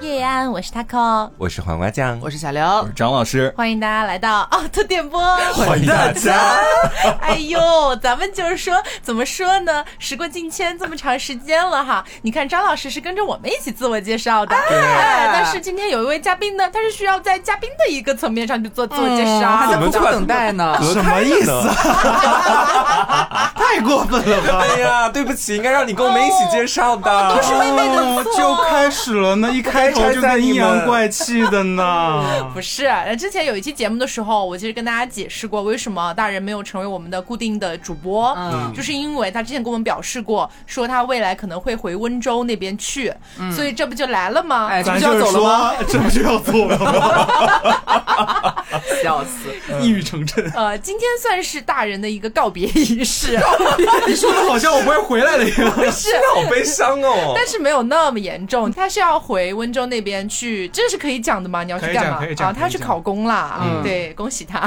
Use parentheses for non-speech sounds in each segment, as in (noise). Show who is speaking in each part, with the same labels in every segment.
Speaker 1: 夜安，我是 Taco，
Speaker 2: 我是黄瓜酱，
Speaker 3: 我是小刘，
Speaker 4: 我是张老师，
Speaker 1: 欢迎大家来到奥特电
Speaker 4: (laughs)
Speaker 1: 波。
Speaker 2: 欢迎大家。
Speaker 1: 哎呦，咱们就是说，怎么说呢？时过境迁，这么长时间了哈。你看，张老师是跟着我们一起自我介绍
Speaker 4: 啊
Speaker 1: 的，哎，但是今天有一位嘉宾呢，他是需要在嘉宾的一个层面上去做自我介
Speaker 3: 还在
Speaker 1: 绍。
Speaker 2: 嗯
Speaker 3: 不
Speaker 2: 怎
Speaker 3: 顾
Speaker 2: 么
Speaker 3: 等待呢。 (laughs)
Speaker 2: 什么意思？
Speaker 4: 太过分了吧？
Speaker 2: 哎呀，对不起，应该让你跟我们一起介绍的。
Speaker 4: 哦，就开始了呢，一开头就那阴阳怪气的呢。
Speaker 1: 不是，那之前有一期节目的时候，我其实跟大家解释过，为什么大人没有成为我们的固定的主播。
Speaker 3: 嗯，
Speaker 1: 就是因为他之前跟我们表示过，说他未来可能会回温州那边去，所以 (laughs) 这不就来了吗？
Speaker 3: 哎，这
Speaker 4: 嗯咱
Speaker 3: 不
Speaker 4: 就
Speaker 3: 要
Speaker 4: 是
Speaker 3: 走了吗？
Speaker 4: 说， (laughs) 这不就要走了吗？
Speaker 3: 笑死！
Speaker 4: 一语成谶，
Speaker 1: 呃，今天算是大人的一个告别仪式，
Speaker 4: 啊你说的好像我不会回来了一
Speaker 2: (laughs)
Speaker 4: 样。
Speaker 1: 是。
Speaker 2: 好悲伤哦。
Speaker 1: 但是没有那么严重，他是要回温州那边去，这是可以讲的吗？你要去
Speaker 4: 可以
Speaker 1: 干
Speaker 4: 讲
Speaker 1: 嘛
Speaker 4: 可以讲
Speaker 1: 啊？
Speaker 4: 可以
Speaker 1: 他要去
Speaker 4: 讲
Speaker 1: 考公啦，啊
Speaker 4: 嗯
Speaker 1: 对，恭喜他，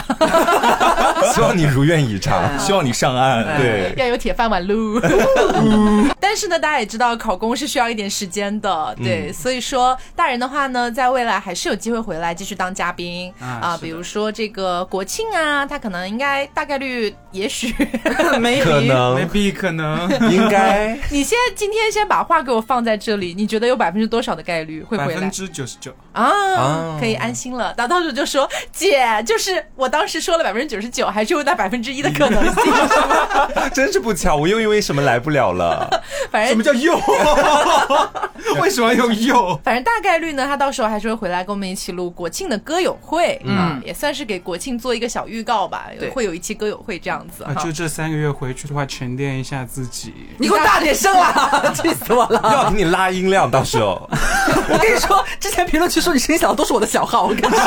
Speaker 2: 希望你如愿以偿。
Speaker 4: (laughs) 希望你上岸，
Speaker 2: 对，
Speaker 1: (laughs) 要有铁饭
Speaker 4: (laughs)
Speaker 1: 碗喽。但是呢，大家也知道考公是需要一点时间的，
Speaker 4: 嗯
Speaker 1: 对，所以说大人的话呢，在未来还是有机会回来继续当嘉宾
Speaker 4: 啊
Speaker 1: 啊，
Speaker 4: 是
Speaker 1: 比
Speaker 4: 的
Speaker 1: 如说这个国庆啊，他可能应该大概率，也许 (laughs)
Speaker 3: 没
Speaker 2: 可
Speaker 3: 比
Speaker 4: 没
Speaker 2: 能，
Speaker 4: 必可能
Speaker 2: 应该。
Speaker 1: 你先今天先把话给我放在这里，你觉得有百分之多少的概率会
Speaker 4: 百
Speaker 1: 回来
Speaker 4: 分？之九十九，
Speaker 1: 啊
Speaker 2: 啊，
Speaker 1: 可以安心了。到到时候就说姐，就是我当时说了百分之九十九，还是有那百分之一的可能性。
Speaker 2: (laughs) 真是不巧，我又因为什么来不了了？
Speaker 1: 反
Speaker 4: 什么
Speaker 1: 正
Speaker 4: 叫又？为什么要
Speaker 1: (laughs)
Speaker 4: 用又？
Speaker 1: 反正大概率呢，他到时候还是会回来跟我们一起录国庆的歌友会，
Speaker 3: 嗯
Speaker 1: 啊也算是给国庆做一个小预告吧。有
Speaker 3: 对
Speaker 1: 会有一期歌友会这样子
Speaker 4: 啊，
Speaker 1: 哈
Speaker 4: 就。这三个月回去的话，沉淀一下自己。 (laughs)
Speaker 3: 你给我大点声啦！ (laughs) 气死我了！
Speaker 2: (laughs) 要给你拉音量，到时 (laughs) 候
Speaker 3: 我跟你说，之前评论区说你声音小的都是我的小号，我跟你说， (laughs)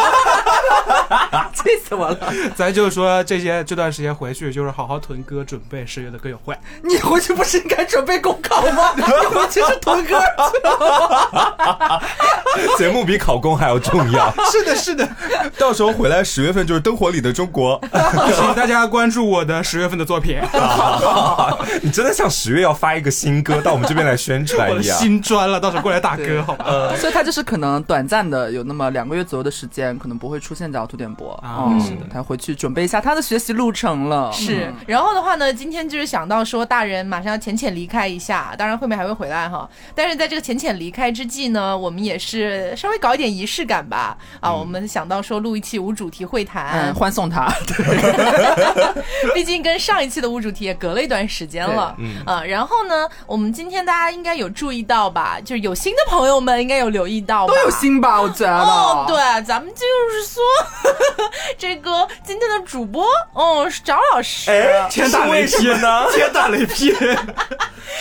Speaker 3: 气死我了！
Speaker 4: 咱就说这些这段时间回去，就是好好囤歌，准备十月的歌友会。
Speaker 3: 你回去不是应该准备公考 (laughs) 吗？你回去是屯歌去了
Speaker 2: 节目比考公还要重要。
Speaker 4: 是
Speaker 2: (laughs)
Speaker 4: 的，是的，
Speaker 2: 到时候回来十月份就是《灯火里的中国，
Speaker 4: 请大家关注我的十月份的作品，》
Speaker 2: 你真的像十月要发一个新歌到我们这边来宣
Speaker 4: 我
Speaker 2: 传
Speaker 4: 的
Speaker 2: 一样。
Speaker 4: 新专了，到时候过来打
Speaker 3: 对
Speaker 4: 歌，好吧？
Speaker 3: (laughs) 所以他就是可能短暂的有那么两个月左右的时间，可能不会出现在凹凸电波。
Speaker 4: 啊
Speaker 3: 嗯
Speaker 4: 是的
Speaker 3: 他回去准备一下他的学习路程了。嗯
Speaker 1: 是，嗯然后的话呢，今天就是想到说，大人马上要浅浅离开一下，当然后面还会回来哈。但是在这个浅浅离开之际呢，我们也是稍微搞一点仪式感吧。啊，我们想到说录一期无主题会谈
Speaker 3: 嗯，，欢送
Speaker 1: (laughs)
Speaker 3: 他。
Speaker 1: 毕竟跟上一期的无主题也隔了一段时间了。
Speaker 2: 嗯
Speaker 1: 啊，然后呢，我们今天大家应该有注意到吧？就是有新的朋友们应该有留意到吧，
Speaker 3: 都有心吧，我觉得。
Speaker 1: 哦，对，咱们就是说， (laughs) 这个今天的主播，哦，是张老师。
Speaker 2: 哎，
Speaker 4: 天打
Speaker 2: 是
Speaker 4: 雷
Speaker 2: 为什
Speaker 4: 劈
Speaker 2: 么呢？
Speaker 4: 天打雷劈！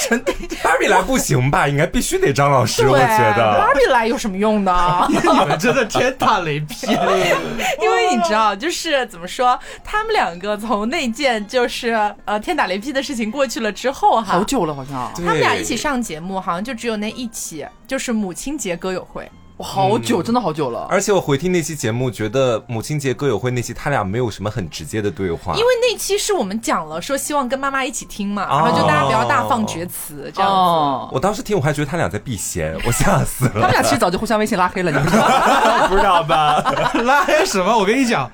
Speaker 2: 真的，芭比来不行吧？应该必须得张老师，
Speaker 1: 对，啊
Speaker 2: 我觉
Speaker 1: 芭
Speaker 2: 得。
Speaker 1: 比来有什么用呢？
Speaker 2: (laughs)
Speaker 4: (laughs) 你们真的天打雷劈！
Speaker 1: 因为你知道，就是怎么说，他们两个从那件就是呃天打雷劈的事情过去了之后哈
Speaker 3: 好，久了，好像
Speaker 1: 他们俩一起上节目，好像就只有那一期，就是母亲节歌友会。
Speaker 3: 哇，好
Speaker 1: 嗯
Speaker 3: 久，真的好久了。
Speaker 2: 而且我回听那期节目，觉得母亲节歌友会那期他俩没有什么很直接的对
Speaker 4: 啊
Speaker 2: 话，
Speaker 1: 因为那期是我们讲了说希望跟妈妈一起听嘛，
Speaker 2: 哦
Speaker 1: 然后就大家不要大放厥词这样子。
Speaker 3: 哦，
Speaker 2: 我当时听我还觉得他俩在避嫌，我吓死
Speaker 3: 他们
Speaker 2: 了。
Speaker 3: 俩其实早就互相微信拉黑了，你知道吗？
Speaker 2: 不知道吧？
Speaker 4: 拉黑什么？我跟你讲，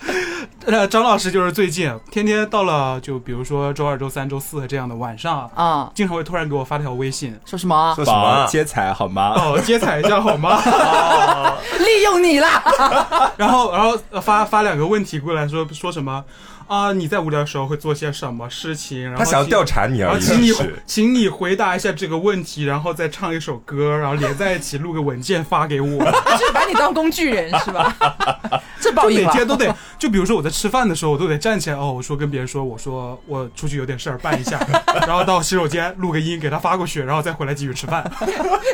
Speaker 4: 呃，张老师就是最近天天到了，就比如说周二、周三、周四这样的晚上啊，
Speaker 3: 啊，
Speaker 4: 经常会突然给我发条微信，
Speaker 3: 说什么？
Speaker 2: 说什么？啊
Speaker 5: 接彩好吗？
Speaker 4: 哦，接彩一下好吗？ (laughs)
Speaker 3: 利用你啦！
Speaker 4: 然后，然后呃发发两个问题过来说说什么啊？你在无聊的时候会做些什么事情？然后
Speaker 2: 他想要
Speaker 4: 请
Speaker 2: 调查你
Speaker 4: 然
Speaker 2: 而
Speaker 4: 后
Speaker 2: 已。
Speaker 4: 请你
Speaker 2: 是
Speaker 4: 请你回答一下这个问题，然后再唱一首歌，然后连在一起录个文件发给我。
Speaker 1: 他 (laughs) 就是把你当工具人是
Speaker 4: (laughs)
Speaker 1: 吧？
Speaker 3: 这报
Speaker 4: 就
Speaker 3: 应
Speaker 4: 每
Speaker 1: 啊
Speaker 3: 了。
Speaker 4: 天都得，就比如说我在吃饭的时候，我都得站起来哦，我说跟别人说，我说我出去有点事儿办一下，然后到洗手间录个音给他发过去，然后再回来继续
Speaker 3: (laughs)
Speaker 4: 吃饭。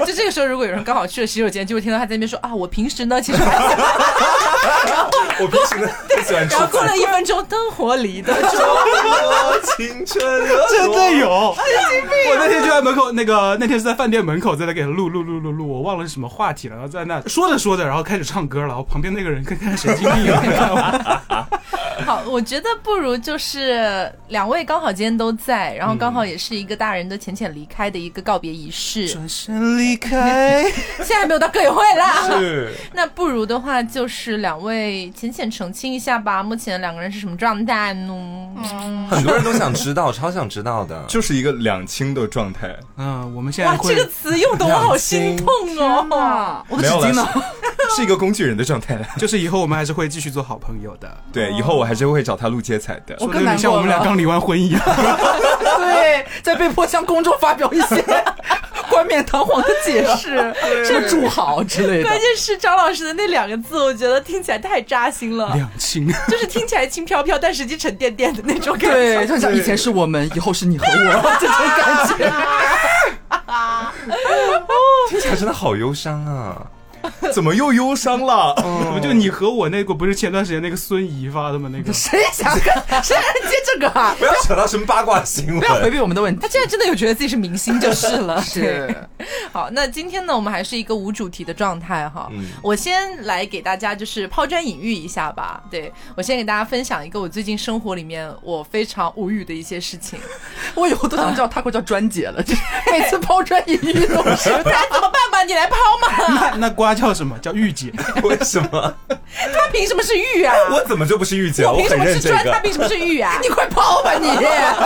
Speaker 1: 就这个时候，如果有人刚好去了洗手间，就会听到他在那边说啊，我平时呢其实还
Speaker 2: 我平时呢不喜欢吃
Speaker 1: 然后过
Speaker 2: 饭，
Speaker 4: (laughs)
Speaker 1: 了一分钟，灯活离的。
Speaker 2: 青春的
Speaker 4: 真的有，我那天就在门口，那个那天是在饭店门口，在那给他录录录录录，我忘了是什么话题了，然后在那说着说着，然后开始唱歌了，我旁边那个人跟跟神经病一样，你知 (laughs) 道吗
Speaker 1: 好，我觉得不如就是两位刚好今天都在，然后刚好也是一个大人的浅浅离开的一个告别仪式，
Speaker 4: 转身离开，
Speaker 1: (laughs) 现在还没有到歌友会啦。
Speaker 2: 是
Speaker 1: (laughs) 那不如的话，就是两位浅浅澄清一下吧，目前两个人是什么状态呢？
Speaker 4: 嗯
Speaker 2: 很多人都想知道，超想知道
Speaker 5: (laughs)
Speaker 2: 的。
Speaker 5: 就是一个两清的状态。
Speaker 4: 嗯，我们现在
Speaker 1: 哇，
Speaker 4: 会
Speaker 1: 啊这个词用的我好心痛哦。
Speaker 3: 我的
Speaker 5: 没
Speaker 3: 纸
Speaker 5: 有了
Speaker 3: 巾呢？
Speaker 5: 是是一个工具人的状态。
Speaker 4: 就是以后我们还是会继续做好朋友的，
Speaker 5: 对，以后我还是会找他录接彩的。
Speaker 3: 我
Speaker 4: 说的
Speaker 3: 更
Speaker 4: 有
Speaker 3: 难
Speaker 4: 点像
Speaker 3: 过
Speaker 4: 我们俩
Speaker 3: 了
Speaker 4: 刚离完婚一
Speaker 3: (laughs)
Speaker 4: 样。
Speaker 3: (laughs) 对，在被迫向公众发表一些冠冕堂皇的解释，什么祝好之类的
Speaker 1: 关。键是张老师的那两个字，我觉得听起来太扎心了，
Speaker 4: 两 (laughs) 清，
Speaker 1: 就是听起来轻飘飘，但实际沉甸甸的那种感觉。
Speaker 3: 对，就像以前是我们，以后是你和我这种感觉。
Speaker 2: 听起来真的好忧伤啊！
Speaker 5: 怎么又忧伤了？
Speaker 4: 不就你和我那个不是前段时间那个孙怡发的吗？那个
Speaker 3: 谁想跟谁敢接这个啊？
Speaker 2: 不要扯到什么八卦新
Speaker 3: 不要回
Speaker 2: 闻。
Speaker 3: 避我们的问题
Speaker 1: 他。现在真的有觉得自己是明星就是了，对。
Speaker 3: 是，
Speaker 1: 好，那今天呢，我们还是一个无主题的状态哈。
Speaker 2: 嗯
Speaker 1: 我先来给大家就是抛砖引玉一下吧。对我先给大家分享一个我最近生活里面我非常无语的一些事
Speaker 2: (laughs)
Speaker 1: 情。
Speaker 3: (laughs) 我以后都想叫他快叫专姐了，就是每次抛砖引玉都是。
Speaker 1: (laughs) 不然怎么办吧？你来抛嘛。
Speaker 4: (laughs) 那那瓜叫什么？叫御姐。
Speaker 2: 为什么？
Speaker 1: 他凭什么是玉啊？
Speaker 2: 我怎么就不是御姐？
Speaker 1: 我
Speaker 2: 我
Speaker 1: 凭什
Speaker 2: 很
Speaker 1: 么
Speaker 2: 认
Speaker 1: 是
Speaker 2: 这
Speaker 1: 砖？他
Speaker 2: 个。
Speaker 1: 凭什么是玉啊？
Speaker 3: 你快
Speaker 2: (laughs)
Speaker 3: 抛吧你！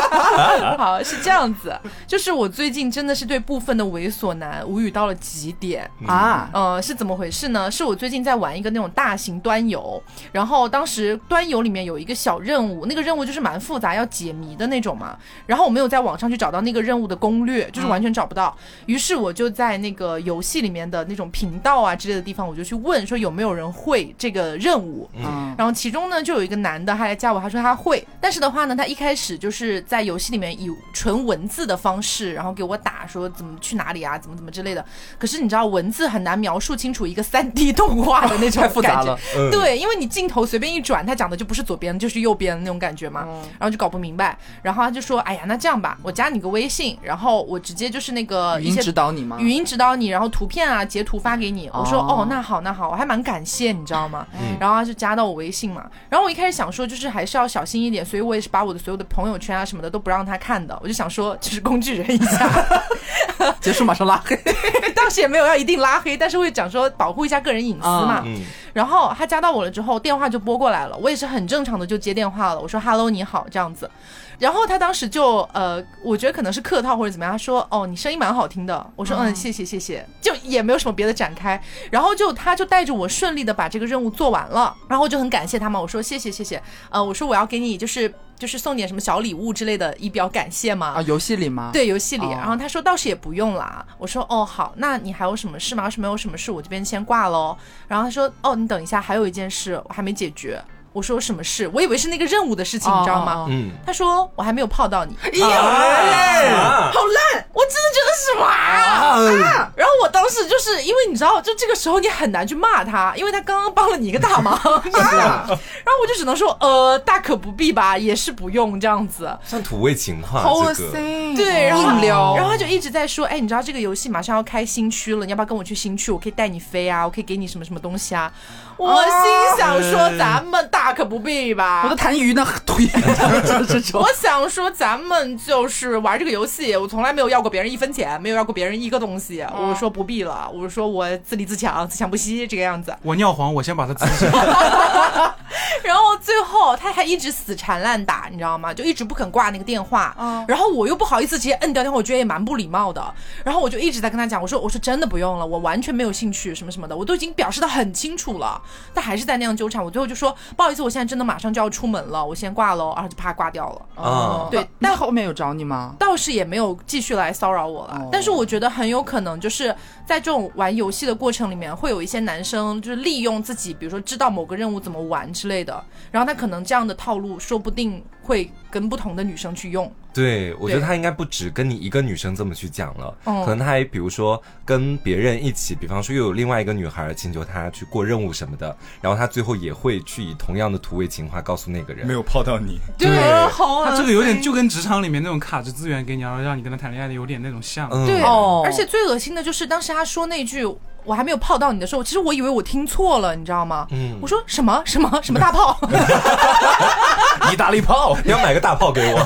Speaker 1: (laughs) 好，是这样子，就是我最近真的是对部分的猥琐男无语到了极点。
Speaker 3: 啊，
Speaker 1: 呃，是怎么回事呢？是我最近在玩一个那种大型端游，然后当时端游里面有一个小任务，那个任务就是蛮复杂，要解谜的那种嘛。然后我没有在网上去找到那个任务的攻略，就是完全找不到。于是我就在那个游戏里面的那种频道啊之类的地方，我就去问说有没有人会这个任务。
Speaker 3: 嗯，
Speaker 1: 然后其中呢，就有一个男的，他来加我，他说他会，但是的话呢，他一开始就是在游戏里面以纯文字的方式，然后给我打说怎么去哪里啊，怎么怎么之类的。可是你知道，文字很难描述清楚一个三 D (laughs) 动画的那种
Speaker 3: 太复杂
Speaker 1: 感觉
Speaker 3: 了。
Speaker 2: 嗯
Speaker 1: 对，因为你镜头随便一转，他讲的就不是左边就是右边那种感觉嘛，
Speaker 3: 嗯
Speaker 1: 然后就搞不明白。然后他就说：“哎呀，那这样吧，我加你个微信，然后我直接就是那个
Speaker 3: 语
Speaker 1: 一
Speaker 3: 音
Speaker 1: 些
Speaker 3: 嗯指导你吗？
Speaker 1: 语音指导你，然后图片啊截图发给你。我说
Speaker 3: 哦
Speaker 1: 哦那好那好，我还蛮感谢你知道吗？
Speaker 2: 嗯
Speaker 1: 然后他就加到我微信嘛。然后我一开始想说就是还是要小心一点，所以我也是把我的所有的朋友圈啊什么的都不让他看的。我就想说就是工具人一下，
Speaker 3: 结束马上拉黑。
Speaker 1: 当时也没有要一定拉黑，但是会讲说保护一下个人隐私嘛。
Speaker 2: 嗯
Speaker 1: 然后他加到我了之后，电话就拨过来了，我也是很正常的就接电话了，我说 “hello，你好”这样子。然后他当时就呃，我觉得可能是客套或者怎么样，他说：“哦，你声音蛮好听的。”我说：“嗯，谢谢谢谢。”就也没有什么别的展开，然后就他就带着我顺利的把这个任务做完了，然后我就很感谢他嘛，我说：“谢谢谢谢。”呃，我说我要给你就是就是送点什么小礼物之类的，以表感谢嘛。
Speaker 3: 啊，游戏里吗？，
Speaker 1: 对游戏里，
Speaker 3: 哦
Speaker 1: 然后他说倒是也不用啦。我说哦好，那你还有什么事吗？要是没有什么事，我这边先挂喽。然后他说哦，你等一下，还有一件事我还没解决。我说什么事？我以为是那个任务的事情，你知道吗？
Speaker 3: 哦哦
Speaker 2: 嗯。
Speaker 1: 他说我还没有泡到你，
Speaker 2: 啊
Speaker 1: 好烂！我真的觉得什么啊？啊然后我当时就是因为你知道，就这个时候你很难去骂他，因为他刚刚帮了你一个大 (laughs) 忙，啊然后我就只能说呃大可不必吧，也是不用这样子。
Speaker 2: 像土味情话
Speaker 3: 好恶
Speaker 2: 这
Speaker 3: 心
Speaker 2: 个。。
Speaker 1: 对，然后
Speaker 3: 嗯硬撩，
Speaker 1: 然后他就一直在说，哎，你知道这个游戏马上要开新区了，你要不要跟我去新区？我可以带你飞啊，我可以给你什么什么东西啊。我心想说，
Speaker 4: 嗯
Speaker 1: 咱们大可不必
Speaker 3: 我
Speaker 1: 吧
Speaker 3: 的。痰盂呢？推，就是这种
Speaker 1: (laughs) 我。想说，咱们就是玩这个游戏，我从来没有要过别人一分钱，没有要过别人一个东西。我说不必了，我说我自立自强，自强不息这个样子。
Speaker 4: 我尿黄，我先把它自己。
Speaker 1: 然后最后他还一直死缠烂打，你知道吗？就一直不肯挂那个电话。然后我又不好意思直接摁掉电话，我觉得也蛮不礼貌的。然后我就一直在跟他讲，我说我说真的不用了，我完全没有兴趣什么什么的，我都已经表示的很清楚了，但还是在那样纠缠。我最后就说不好意思，我现在真的马上就要出门了，我先挂喽，然后就啪挂掉了。
Speaker 2: 啊
Speaker 1: 对
Speaker 3: 那那后面有找你吗？
Speaker 1: 倒是也没有继续来骚扰我了。
Speaker 3: 哦
Speaker 1: 但是我觉得很有可能就是在这种玩游戏的过程里面，会有一些男生就是利用自己，比如说知道某个任务怎么玩之类的，然后他可能这样的套路，说不定会跟不同的女生去用。
Speaker 2: 对，我觉得
Speaker 1: 对
Speaker 2: 他应该不止跟你一个女生这么去讲了，
Speaker 1: 嗯
Speaker 2: 可能他还比如说跟别人一起，比方说又有另外一个女孩请求他去过任务什么的，然后他最后也会去以同样的土味情话告诉那个人。
Speaker 5: 没有泡到你，
Speaker 1: 对，好恶
Speaker 4: 他
Speaker 1: 心
Speaker 4: 这个
Speaker 1: (laughs)
Speaker 4: 有点就跟职场里面那种卡着资源给你，然后让你跟他谈恋爱的有点那种像。
Speaker 2: 嗯
Speaker 1: 对，
Speaker 3: 哦
Speaker 1: 而且最恶心的就是当时他说那句“我还没有泡到你”的时候，其实我以为我听错了，你知道吗？
Speaker 2: 嗯
Speaker 1: 我说什么什么什么大 (laughs) 炮，
Speaker 2: 意大利炮，你要买个大炮
Speaker 1: (laughs)
Speaker 2: 给我。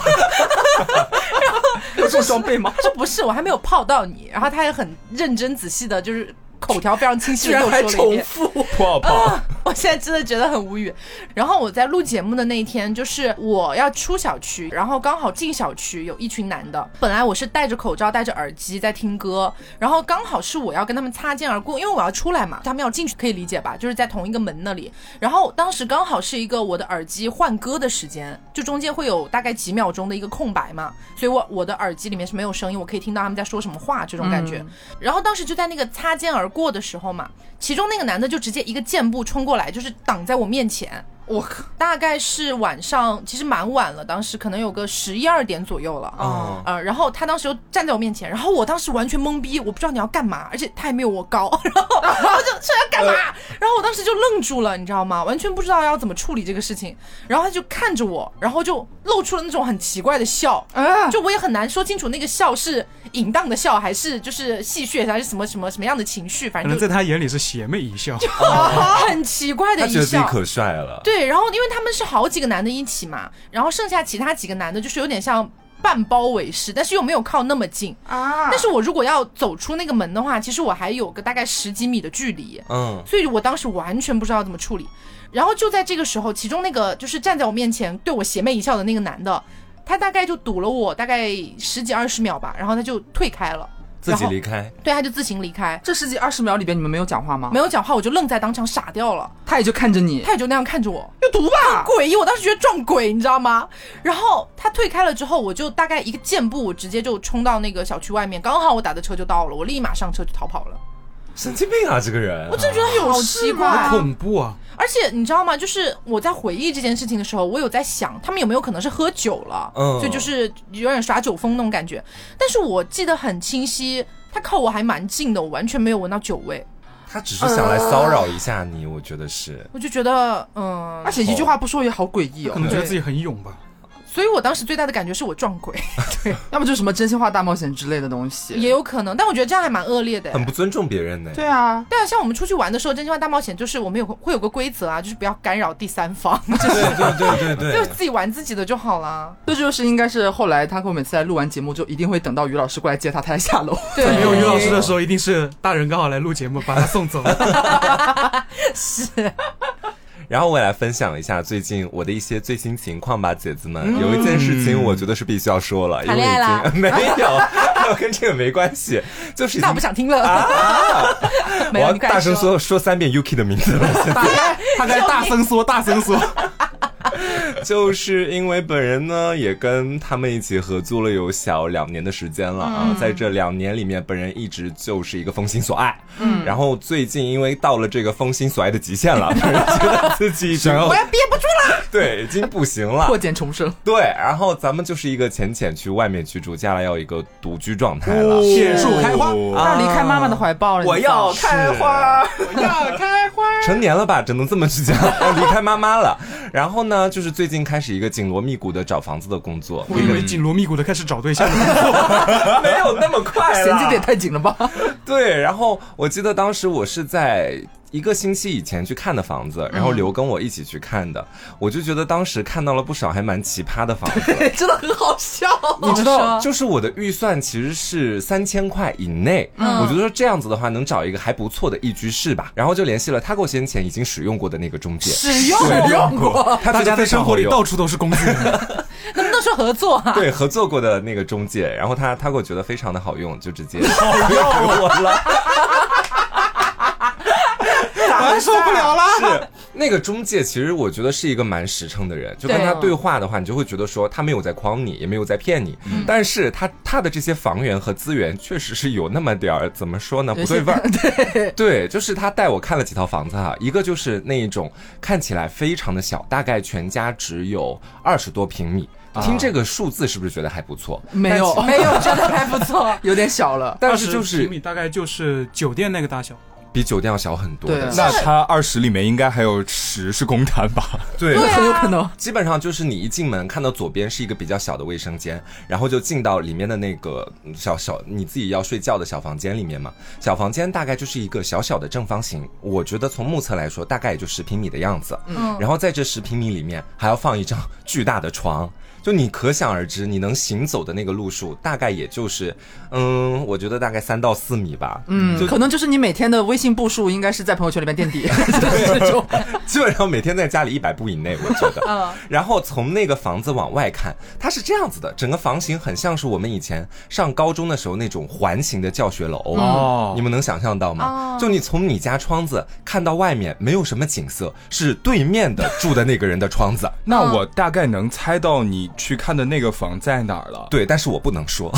Speaker 3: 有这种装备吗？
Speaker 1: 他说不是，我还没有泡到你。然后他也很认真仔细的，就是口条非常清晰
Speaker 3: (laughs) 居
Speaker 1: 的
Speaker 3: 然
Speaker 1: 跟我
Speaker 3: 还
Speaker 1: 说了一
Speaker 3: 重
Speaker 1: 遍。
Speaker 3: 复，
Speaker 5: 泡泡。
Speaker 1: (laughs) 我现在真的觉得很无语。然后我在录节目的那一天，就是我要出小区，然后刚好进小区有一群男的。本来我是戴着口罩、戴着耳机在听歌，然后刚好是我要跟他们擦肩而过，因为我要出来嘛，他们要进去可以理解吧，就是在同一个门那里。然后当时刚好是一个我的耳机换歌的时间，就中间会有大概几秒钟的一个空白嘛，所以我我的耳机里面是没有声音，我可以听到他们在说什么话这种感觉。然后当时就在那个擦肩而过的时候嘛，其中那个男的就直接一个箭步冲过来，就是挡在我面前。我靠，大概是晚上，其实蛮晚了，当时可能有个十一二点左右了。
Speaker 2: 哦
Speaker 1: 呃，然后他当时又站在我面前，然后我当时完全懵逼，我不知道你要干嘛，而且他也没有我高， (laughs) 然后然后就这要干嘛？然后我当时就愣住了，你知道吗？完全不知道要怎么处理这个事情。然后他就看着我，然后就露出了那种很奇怪的笑，
Speaker 3: 啊
Speaker 1: 就我也很难说清楚那个笑是淫荡的笑，还是就是戏谑，还是什么什么什么样的情绪，反
Speaker 4: 可
Speaker 1: 正
Speaker 4: 能在
Speaker 1: 就
Speaker 4: 他眼里是邪魅一笑，
Speaker 1: 很奇怪的
Speaker 2: 哦他
Speaker 1: 一
Speaker 2: 觉得自己
Speaker 1: 笑。
Speaker 2: 可帅了，
Speaker 1: 对，然后因为他们是好几个男的一起嘛，然后剩下其他几个男的就是有点像半包围式，但是又没有靠那么近。
Speaker 3: 啊
Speaker 1: 但是我如果要走出那个门的话，其实我还有个大概十几米的距离，
Speaker 2: 嗯，
Speaker 1: 所以我当时完全不知道怎么处理。然后就在这个时候，其中那个就是站在我面前对我邪魅一笑的那个男的，他大概就堵了我大概十几二十秒吧，然后他就退开了，
Speaker 2: 自己
Speaker 1: 然后
Speaker 2: 离开。
Speaker 1: 对，他就自行离开，
Speaker 3: 这十几二十秒里边，你们没有讲话吗？
Speaker 1: 没有讲话，我就愣在当场傻掉了。
Speaker 3: 他也就看着你，
Speaker 1: 他也就那样看着我，
Speaker 3: 有毒吧？
Speaker 1: 诡异，我当时觉得撞鬼，你知道吗？然后他退开了之后，我就大概一个箭步，我直接就冲到那个小区外面，刚好我打的车就到了，我立马上车就逃跑了。
Speaker 2: 神经病啊，这个人！我
Speaker 1: 这觉得好奇怪，
Speaker 4: 恐怖啊！
Speaker 1: 而且你知道吗？就是我在回忆这件事情的时候，我有在想，他们有没有可能是喝酒了，
Speaker 2: 嗯
Speaker 1: 所以就是有点耍酒疯那种感觉。但是我记得很清晰，他靠我还蛮近的，我完全没有闻到酒味，
Speaker 2: 他只是想来
Speaker 1: 呃
Speaker 2: 骚扰一下你，我觉得是。
Speaker 1: 我就觉得，嗯
Speaker 3: 而，且一句话不说也好诡异
Speaker 4: 可
Speaker 3: 哦，
Speaker 4: 能觉得自己很勇吧。
Speaker 1: 所以我当时最大的感觉是我撞鬼， (laughs)
Speaker 3: 要么就是什么真心话大冒险之类的东西。
Speaker 1: 也有可能，但我觉得这样还蛮恶劣的。
Speaker 2: 很不尊重别人呢、
Speaker 3: 对啊，
Speaker 1: 对啊，像我们出去玩的时候，真心话大冒险就是我们有个会有个规则啊，就是不要干扰第三方，
Speaker 2: 对对
Speaker 1: 就
Speaker 2: 对对对
Speaker 1: 是，自己玩自己的就好啦。
Speaker 3: 这就是应该是后来他跟我每次来录完节目，就一定会等到于老师过来接他，他才下楼。 (laughs)
Speaker 1: 对，
Speaker 4: 没有于老师的时候，一定是大人刚好来录节目，把他送走。
Speaker 2: 然后我也来分享一下最近我的一些最新情况吧，姐子们。有一件事情，我觉得是必须要说了，
Speaker 1: 嗯
Speaker 2: 因
Speaker 1: 谈
Speaker 2: 为已
Speaker 1: 恋爱啦
Speaker 2: 经没有，跟这个 (laughs) 没关系，就是已
Speaker 1: 那我
Speaker 2: 经
Speaker 1: 不
Speaker 2: (laughs)
Speaker 1: 想听
Speaker 2: 啊
Speaker 1: 了，
Speaker 2: 我
Speaker 1: (laughs) 没有
Speaker 2: 要
Speaker 1: 你快
Speaker 2: 大声说说三遍 Yuki 的名字
Speaker 1: (laughs)
Speaker 2: 了。现在
Speaker 4: 他在大声说，大声说，
Speaker 2: 就是因为本人呢，也跟他们一起合作了有小两年的时间了啊，
Speaker 1: 嗯
Speaker 2: 在这两年里面，本人一直就是一个风心所爱，嗯，然后最近因为到了这个风心所爱的极限
Speaker 1: (laughs)
Speaker 2: 了，本人觉得自己已经
Speaker 5: 想要
Speaker 1: 我要憋不住了。
Speaker 2: (laughs) 对已经不行了，
Speaker 3: 破茧重生，
Speaker 2: 对，然后咱们就是一个浅浅去外面居住，将来要一个独居状态了。
Speaker 4: 铁树开花。
Speaker 5: 哦
Speaker 3: 那离开妈妈的怀抱了。你知道吗
Speaker 2: 开花，我要开花。成年了吧，只能这么去讲，要离开妈妈了。然后呢，就是最近开始一个紧锣密鼓的找房子的工作，
Speaker 4: 我以为紧锣密鼓的开始找对象了，
Speaker 2: 没有那么快
Speaker 3: 衔接的也太紧了吧？ (laughs)
Speaker 2: 对，然后我记得当时我是在一个星期以前去看的房子，然后刘跟我一起去看的，我就觉得当时看到了不少还蛮奇葩的房子。
Speaker 3: 真的很好笑。
Speaker 2: 你知
Speaker 1: 怎么说
Speaker 2: 道，就是我的预算其实是三千块以内，我觉得说这样子的话能找一个还不错的一居室吧。然后就联系了他给我先前已经使用过的那个中介，
Speaker 1: 使用
Speaker 3: 用过，
Speaker 2: 他
Speaker 4: 大
Speaker 2: 觉得
Speaker 4: 家在
Speaker 2: 非常
Speaker 4: 生
Speaker 2: 好
Speaker 4: 活里
Speaker 2: 用
Speaker 4: 到处都是工具人。
Speaker 1: 能不能说合作
Speaker 2: (laughs)
Speaker 1: 啊？
Speaker 2: 对合作过的那个中介，然后他他给我觉得非常的好用，就直
Speaker 4: (laughs)
Speaker 2: 接好
Speaker 4: 啊
Speaker 2: 用给我了。
Speaker 4: 我受不了了。
Speaker 2: (laughs) 是那个中介，其实我觉得是一个蛮实诚的人，就跟
Speaker 1: 对
Speaker 2: 他对话的话，你就会觉得说他没有在诓你，也没有在骗你，
Speaker 4: 嗯
Speaker 2: 但是他他的这些房源和资源确实是有那么点儿怎么说呢，不对味儿。 (laughs) 对就是他带我看了几套房子哈，一个就是那一种看起来非常的小，大概全家只有二十多平米。听这个数字是不是觉得还不错？
Speaker 3: 没有
Speaker 2: 但其
Speaker 3: 没有，真的还不
Speaker 2: (laughs)
Speaker 3: 错，有点小了。
Speaker 2: 但是就
Speaker 4: 20
Speaker 2: 是
Speaker 4: 平米大概就是酒店那个大小，
Speaker 2: 比酒店要小很多
Speaker 3: 对
Speaker 2: 的
Speaker 3: 啊。
Speaker 5: 那它二十里面应该还有十是公摊吧？
Speaker 2: 对
Speaker 3: 那很有可能，
Speaker 2: 基本上就是你一进门看到左边是一个比较小的卫生间，然后就进到里面的那个嗯小小你自己要睡觉的小房间里面嘛。小房间大概就是一个小小的正方形，我觉得从目测来说大概也就十平米的样子。嗯，然后在这十平米里面还要放一张 (laughs) 巨大的床，就你可想而知，你能行走的那个路数大概也就是，嗯，我觉得大概三到四米吧。嗯，就
Speaker 3: 可能就是你每天的微信步数应该是在朋友圈里面垫底， (laughs) 就是这种
Speaker 2: 基本上每天在家里一百步以内，我觉得。然后从那个房子往外看，它是这样子的，整个房型很像是我们以前上高中的时候那种环形的教学楼。
Speaker 5: 哦
Speaker 2: 你们能想象到吗？就你从你家窗子看到外面，没有什么景色，是对面的住的那个人的窗子。
Speaker 5: 那我大概能猜到你去看的那个房在哪儿了。
Speaker 2: 对，但是我不能说。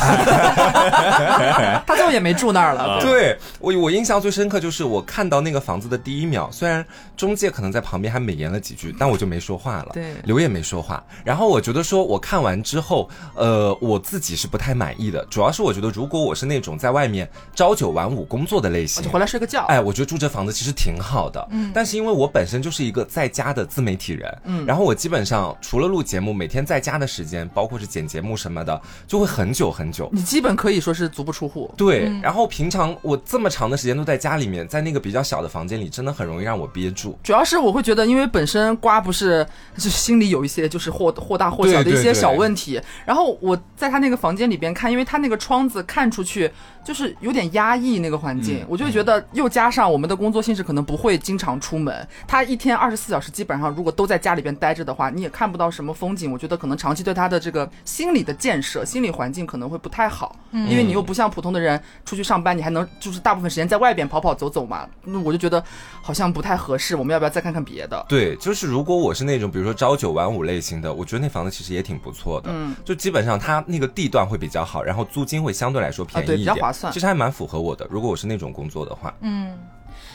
Speaker 3: 他最后也没住那儿了。
Speaker 2: 对我，我印象最深刻就是我看到那个房子的第一秒，虽然中介可能在旁边还美言了几句，但我就没说话了，
Speaker 3: 对
Speaker 2: 刘也没说话。然后我觉得说，我看完之后，呃，我自己是不太满意的，主要是我觉得如果我是那种在外面朝九晚五工作的类型
Speaker 3: 就。回来睡个觉。
Speaker 2: 哎，我觉得住这房子其实挺好的，嗯，但是因为我本身就是一个在家的自媒体人，嗯，然后我基本上除了录节目，每天在家的时间，包括是剪节目什么的，就会很久很久，
Speaker 3: 你基本可以说是足不出户。
Speaker 2: 对，然后平常我这么长的时间都在家里面，在那个比较小的房间里，真的很容易让我憋住。
Speaker 3: 主要是我会觉得，因为本身瓜不是就心里有一些就是或或大或小的
Speaker 2: 对对
Speaker 3: 一些小
Speaker 2: 对
Speaker 3: 问题，然后我在他那个房间里边看，因为他那个窗子看出去就是有点压抑那个环境，
Speaker 4: 嗯
Speaker 3: 我就会觉得又加上我们的工作性质可能不会经常出门，他一天二十四小时基本上如果都在家里边待着的话，你也看不到什么风景，我觉得可能长期对他的这个心理的建设、心理环境可能会不太好，因为你又不像普通的人出去上班，你还能就是大部分时间在外边跑跑走走嘛，
Speaker 4: 嗯
Speaker 3: 那我就觉得好像不太合适，我们要不要再看看别的？
Speaker 2: 对，就是如果我是那种比如说朝九晚五类型的，我觉得那房子其实也挺不错的。嗯，就基本上它那个地段会比较好，然后租金会相对来说便宜一
Speaker 3: 对
Speaker 2: 点，
Speaker 3: 比较划算
Speaker 2: 其实还蛮符合我的。如果我是那种工作的话，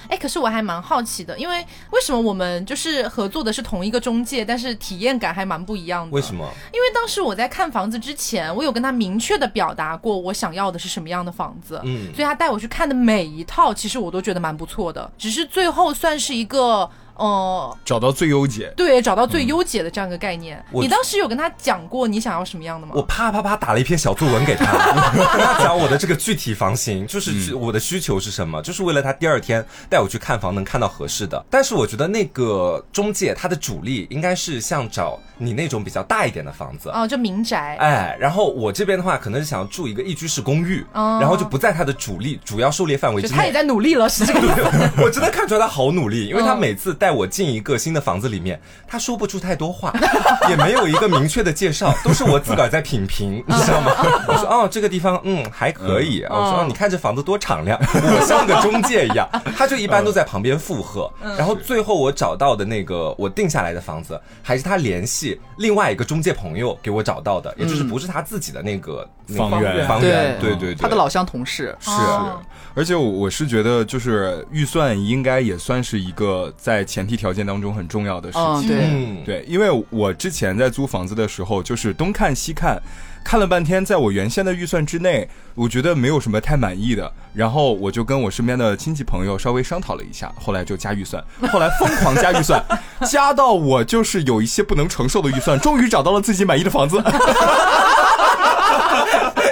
Speaker 1: 哎，可是我还蛮好奇的，因为为什么我们就是合作的是同一个中介，但是体验感还蛮不一样的？
Speaker 2: 为什？么？
Speaker 1: 因为当时我在看房子之前，我有跟他明确的表达过我想要的是什么样的房子，
Speaker 2: 嗯
Speaker 1: 所以他带我去看的每一套，其实我都觉得蛮不错的，只是最后算是一个呃，
Speaker 5: 找到最优解。
Speaker 1: 对，找到最优解的这样一个概念。
Speaker 2: 嗯我
Speaker 1: 你当时有跟他讲过你想要什么样的吗？
Speaker 2: 我啪啪啪打了一篇小作文给他，跟他讲我的这个具体房型，
Speaker 1: 嗯
Speaker 2: 就是我的需求是什么，就是为了他第二天带我去看房能看到合适的。但是我觉得那个中介他的主力应该是像找你那种比较大一点的房子。
Speaker 1: 哦，就民宅，
Speaker 2: 哎，然后我这边的话，可能是想要住一个一居室公寓，
Speaker 1: 哦
Speaker 2: 然后就不在他的主力主要狩猎范围
Speaker 1: 就
Speaker 2: 之
Speaker 1: 他
Speaker 2: 内
Speaker 1: 也。在努力了，是
Speaker 2: (laughs)
Speaker 1: 这个意思。
Speaker 2: 对，我真的看出来他好努力，因为他
Speaker 1: 嗯
Speaker 2: 每次带我进一个新的房子里面，他说不出太多话， (laughs) 也没有一个明确的介绍，都是我自个儿在品评，你知道吗？我说哦，这个地方嗯还可以，啊我说哦你看这房子多敞亮，我像个中介一样，他就一般都在旁边附和。然后最后我找到的那个我定下来的房子，还是他联系另外一个中介朋友给我找到的，也就是不是他自己的那个那个
Speaker 5: 房源
Speaker 2: 房源，对对对，
Speaker 3: 他的老乡同事，
Speaker 5: 是
Speaker 1: 哦，
Speaker 5: 而且我我是觉得，就是预算应该也算是一个在前提条件当中很重要的事情。
Speaker 3: 嗯，对，
Speaker 2: 嗯。
Speaker 5: 对，因为我之前在租房子的时候，就是东看西看，看了半天，在我原先的预算之内，我觉得没有什么太满意的，然后我就跟我身边的亲戚朋友稍微商讨了一下，后来就加预算，后来疯狂加预算，加到我就是有一些不能承受的预算，终于找到了自己满意的房子。
Speaker 2: (laughs)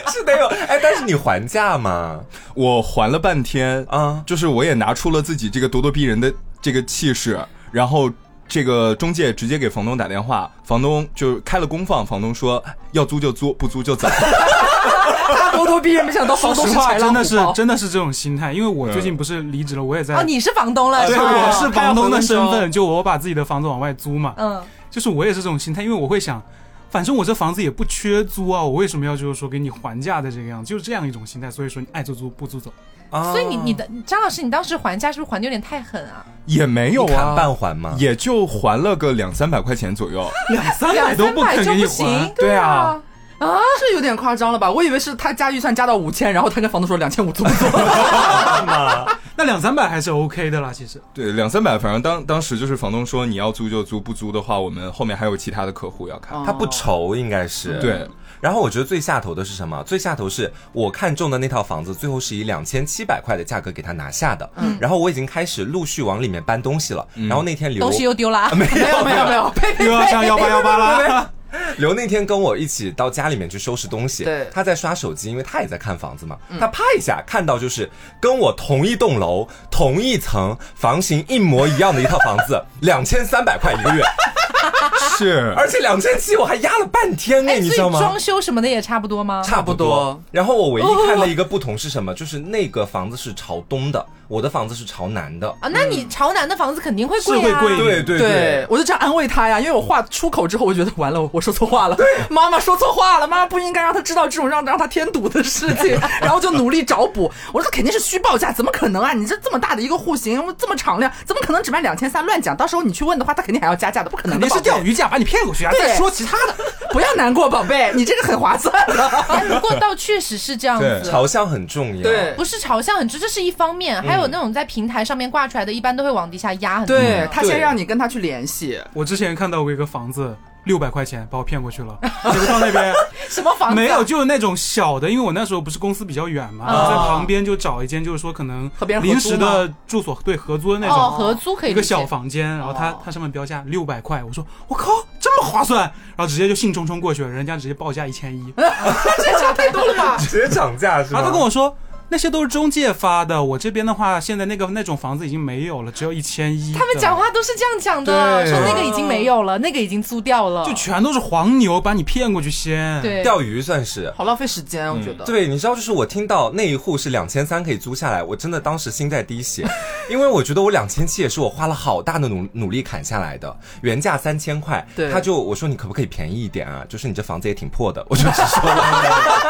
Speaker 2: 是得有哎，但是你还价嘛？
Speaker 5: 我还了半天
Speaker 2: 啊
Speaker 5: 就是我也拿出了自己这个咄咄逼人的这个气势，然后这个中介直接给房东打电话，房东就开了公放，房东说哎要租就租，不租 (laughs) 就走。
Speaker 3: 他咄咄逼人，没想到房
Speaker 4: 说
Speaker 3: 东
Speaker 4: 实
Speaker 3: 是豺
Speaker 4: 话真
Speaker 3: 狼
Speaker 4: 的
Speaker 3: 虎
Speaker 4: 是
Speaker 3: 豹。
Speaker 4: 真的是这种心态，因为我最近不是离职了，我也在
Speaker 2: 哎
Speaker 1: 哦，你是房东
Speaker 2: 啊
Speaker 1: 了，
Speaker 4: (laughs) 对，
Speaker 1: 是吧
Speaker 4: 我是房东的身
Speaker 3: 他要
Speaker 4: 份，就我把自己的房子往外租嘛，
Speaker 1: 嗯，
Speaker 4: 就是我也是这种心态，因为我会想，反正我这房子也不缺租啊，我为什么要就是说给你还价的这个样子，就是这样一种心态，所以说你爱租租不租走，
Speaker 2: 啊，
Speaker 1: 所以你你的张老师，你当时还价是不是还的有点太狠啊？
Speaker 5: 也没有
Speaker 2: 你砍半
Speaker 5: 啊，
Speaker 2: 还吗？
Speaker 5: 也就还了个两三百块钱左右。
Speaker 4: 两三
Speaker 1: 两
Speaker 4: 百都
Speaker 1: 三
Speaker 4: 不
Speaker 1: 百
Speaker 4: 肯
Speaker 1: 就
Speaker 4: 给你
Speaker 1: 不行
Speaker 4: 还，，
Speaker 5: 对啊，
Speaker 3: 啊，这有点夸张了吧？我以为是他加预算加到五千，然后他跟房东说两千五租不租？
Speaker 4: 那两三百还是 OK 的啦，其实。
Speaker 5: 对，两三百，反正当当时就是房东说你要租就租，不租的话，我们后面还有其他的客户要看。
Speaker 3: 哦
Speaker 2: 他不愁，应该是
Speaker 5: 对。
Speaker 2: 然后我觉得最下头的是什么？最下头是我看中的那套房子，最后是以两千七百块的价格给他拿下的。
Speaker 1: 嗯
Speaker 2: 然后我已经开始陆续往里面搬东西了。然后那天刘
Speaker 1: 东西又丢了啊，
Speaker 3: (laughs) 没有没
Speaker 2: (laughs)
Speaker 3: 有没有，呸
Speaker 4: 又要上幺八幺八啦，
Speaker 2: 刘那天跟我一起到家里面去收拾东西，
Speaker 3: 对
Speaker 2: 他在刷手机，因为他也在看房子嘛。
Speaker 1: 嗯
Speaker 2: 他啪一下看到就是跟我同一栋楼、同一层、房型一模一样的一套房子，两千三百块一个月，
Speaker 5: (laughs) 是，
Speaker 2: (laughs) 而且两千七我还压了半天呢，
Speaker 1: 哎，
Speaker 2: 你
Speaker 1: 所以
Speaker 2: 知道吗？
Speaker 1: 装修什么的也差不多吗？
Speaker 2: 差不
Speaker 3: 差不
Speaker 2: 多
Speaker 3: 多。
Speaker 2: 然后我唯一看的一个不同是什么？就是那个房子是朝东的，我的房子是朝南的。
Speaker 1: 啊，那你朝南的房子肯定会
Speaker 4: 是
Speaker 1: 贵
Speaker 4: 会
Speaker 1: 啊。
Speaker 4: 贵一
Speaker 2: 对
Speaker 4: 点
Speaker 2: 对
Speaker 3: 对，我就这样安慰他呀，因为我话出口之后，我觉得完了，我说错话了，妈妈说错话了，妈妈不应该让他知道这种让让他添堵的事情， (laughs) 然后就努力找补。我说肯定是虚报价，怎么可能啊？你这这么大的一个户型，这么敞亮，怎么可能只卖两千三？乱讲，到时候你去问的话，他肯定还要加价的，不可能
Speaker 4: (laughs) 肯
Speaker 3: (laughs) 的。
Speaker 4: 定是
Speaker 3: 宝贝
Speaker 4: 钓，鱼架把你骗过去啊！
Speaker 3: 对
Speaker 4: 再说其他的，
Speaker 3: 不要难过，宝贝，你这个很划算的。
Speaker 1: 哎不过倒确实是这样
Speaker 5: 对
Speaker 1: 子。
Speaker 2: 朝向很重要。
Speaker 3: 对
Speaker 1: 不是朝向很直，这是一方面，还有那种在平台上面挂出来的，一般都会往底下压很多。
Speaker 3: (laughs) 对 (laughs) 他
Speaker 2: 对
Speaker 3: 先让你跟他去联系，
Speaker 4: 我之前看到过一个房子。六百块钱把我骗过去了，结果到那边
Speaker 1: 什么房子啊
Speaker 4: 没有，就是那种小的，因为我那时候不是公司比较远嘛，
Speaker 3: 啊
Speaker 4: 在旁边就找一间，就是说可能
Speaker 3: 和别人合租
Speaker 4: 临时的住所，对，合租的那种，
Speaker 1: 哦，合租可以理
Speaker 4: 一
Speaker 1: 解
Speaker 4: 个小房间，然后它
Speaker 3: 哦
Speaker 4: 它上面标价六百块，我说我靠这么划算，然后直接就兴冲冲过去了，人家直接报价一千一，
Speaker 1: 嗯
Speaker 4: 然
Speaker 3: 这差太多了吧？
Speaker 2: 直接涨价是吗？
Speaker 4: 后他跟我说那些都是中介发的，我这边的话现在那个那种房子已经没有了，只有一千一。
Speaker 1: 他们讲话都是这样讲的，
Speaker 5: 对
Speaker 1: 说那个已经没有了，那个已经租掉了，
Speaker 4: 就全都是黄牛把你骗过去先，，
Speaker 1: 对
Speaker 2: 钓鱼算是。
Speaker 3: 好浪费时间，我觉得。
Speaker 2: 嗯对，你知道，就是我听到那一户是两千三可以租下来，我真的当时心在滴血，因为我觉得我两千七也是我花了好大的努努力砍下来的，原价三千块，
Speaker 3: 对
Speaker 2: 他就我说你可不可以便宜一点啊？就是你这房子也挺破的，我就只说了，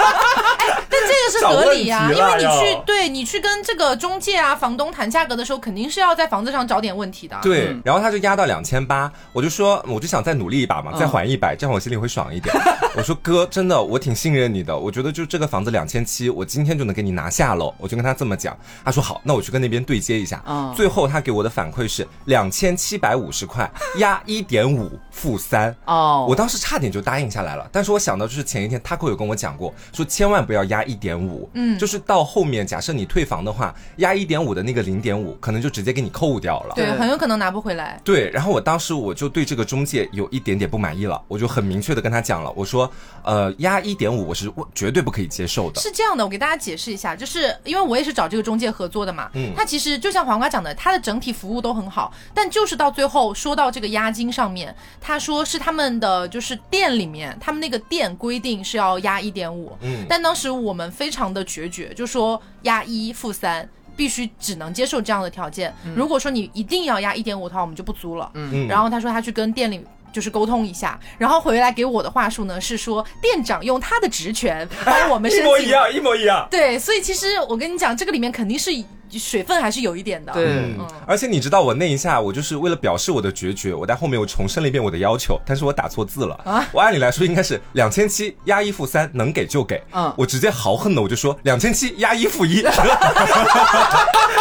Speaker 1: 但这个是合理呀、
Speaker 2: 找问题
Speaker 1: 因
Speaker 2: 啦
Speaker 1: 为你
Speaker 2: 要
Speaker 1: 去对你去跟这个中介啊、房东谈价格的时候，肯定是要在房子上找点问题的。，
Speaker 3: 嗯
Speaker 2: 对，然后他就压到两千八，我就说我就想再努力一把嘛，再
Speaker 3: 嗯
Speaker 2: 还一百，这样我心里会爽一点。我说哥，真的我挺信任你的，我觉得就这个房子两千七，我今天就能给你拿下喽，我就跟他这么讲，他说好，那我去跟那边对接一下，
Speaker 3: 嗯
Speaker 2: 最后他给我的反馈是两千七百五十块，压一点五负三。
Speaker 3: 哦，
Speaker 2: 我当时差点就答应下来了，但是我想到就是前一天 Taco 有跟我讲过，说千万不要压一点五，嗯，就是到后面假设你退房的话，压一点五的那个零点五可能就直接给你扣掉了。
Speaker 1: 对，
Speaker 3: 对
Speaker 1: 很有可能拿不回来。
Speaker 2: 对，然后我当时我就对这个中介有一点点不满意了，我就很明确的跟他讲了，我说，呃，压一点五我是我绝对不可以接受的。
Speaker 1: 是这样的，我给大家解释一下，就是因为我也是找这个中介合作的嘛，
Speaker 2: 嗯
Speaker 1: 他其实就像黄瓜讲的，他的整体服务都很好，但就是到最后说到这个押金上面，他说是他们的就是店里面，他们那个店规定是要押一点五，
Speaker 2: 嗯
Speaker 1: 但当时我们非常的决绝，就说押一付三。必须只能接受这样的条件。如果说你一定要押一点五的话，我们就不租了。
Speaker 2: 嗯
Speaker 1: 然后他说他去跟店里就是沟通一下，然后回来给我的话术呢是说店长用他的职
Speaker 2: (laughs)
Speaker 1: 权帮我们申请。
Speaker 2: 样，一模一样。
Speaker 1: 对，所以其实我跟你讲，这个里面肯定是水分还是有一点的。
Speaker 3: 对
Speaker 2: 嗯，而且你知道我那一下，我就是为了表示我的决绝，我在后面我重申了一遍我的要求，但是我打错字了。
Speaker 1: 啊
Speaker 2: 我按理来说应该是两千七压一付三，能给就给。
Speaker 3: 嗯
Speaker 2: 我直接豪横的我就说两千七压一付一， (laughs)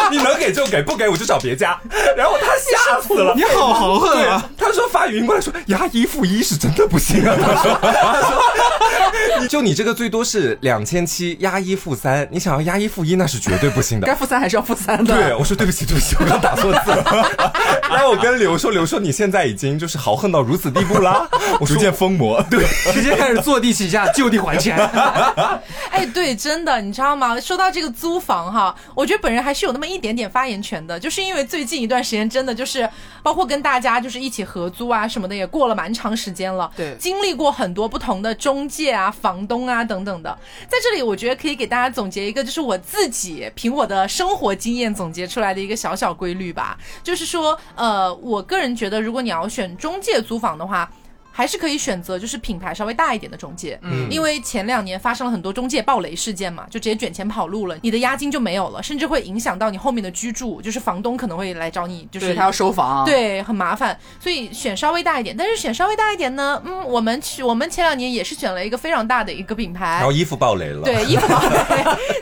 Speaker 2: 你能给就给，不给我就找别家。然后他吓死了，
Speaker 4: 你好豪横
Speaker 2: 对
Speaker 4: 啊！，
Speaker 2: 他说发语音过来说压一付一是真的不行啊。 (laughs) 他说， (laughs) 他说就你这个最多是两千七压一付三，你想要压一付一那是绝对不行的
Speaker 3: 该。负三还是要负三的。
Speaker 2: 对，我说对不起，对不起，我刚打错字了。 (laughs) 然后我跟刘说，刘说你现在已经就是豪横到如此地步啦。 (laughs) 我
Speaker 5: 逐
Speaker 2: 说
Speaker 5: 渐疯魔。对，
Speaker 4: 直接开始坐地起价，就地还
Speaker 1: (laughs)
Speaker 4: 钱。
Speaker 1: 哎，对，真的，你知道吗？说到这个租房哈，我觉得本人还是有那么一点点发言权的，就是因为最近一段时间真的就是，包括跟大家就是一起合租啊什么的，也过了蛮长时间了，
Speaker 3: 对
Speaker 1: 经历过很多不同的中介啊、房东啊等等的。在这里，我觉得可以给大家总结一个，就是我自己凭我的生活经验总结出来的一个小小规律吧，就是说，呃，我个人觉得，如果你要选中介租房的话。还是可以选择就是品牌稍微大一点的中介，嗯，因为前两年发生了很多中介暴雷事件嘛，就直接卷钱跑路了，你的押金就没有了，甚至会影响到你后面的居住，就是房东可能会来找你，就
Speaker 3: 对
Speaker 1: 是
Speaker 3: 他要收房，，
Speaker 1: 对，很麻烦，所以选稍微大一点。但是选稍微大一点呢，嗯，我们去，我们前两年也是选了一个非常大的一个品牌
Speaker 2: 然，后衣服爆雷了，
Speaker 1: 对，衣服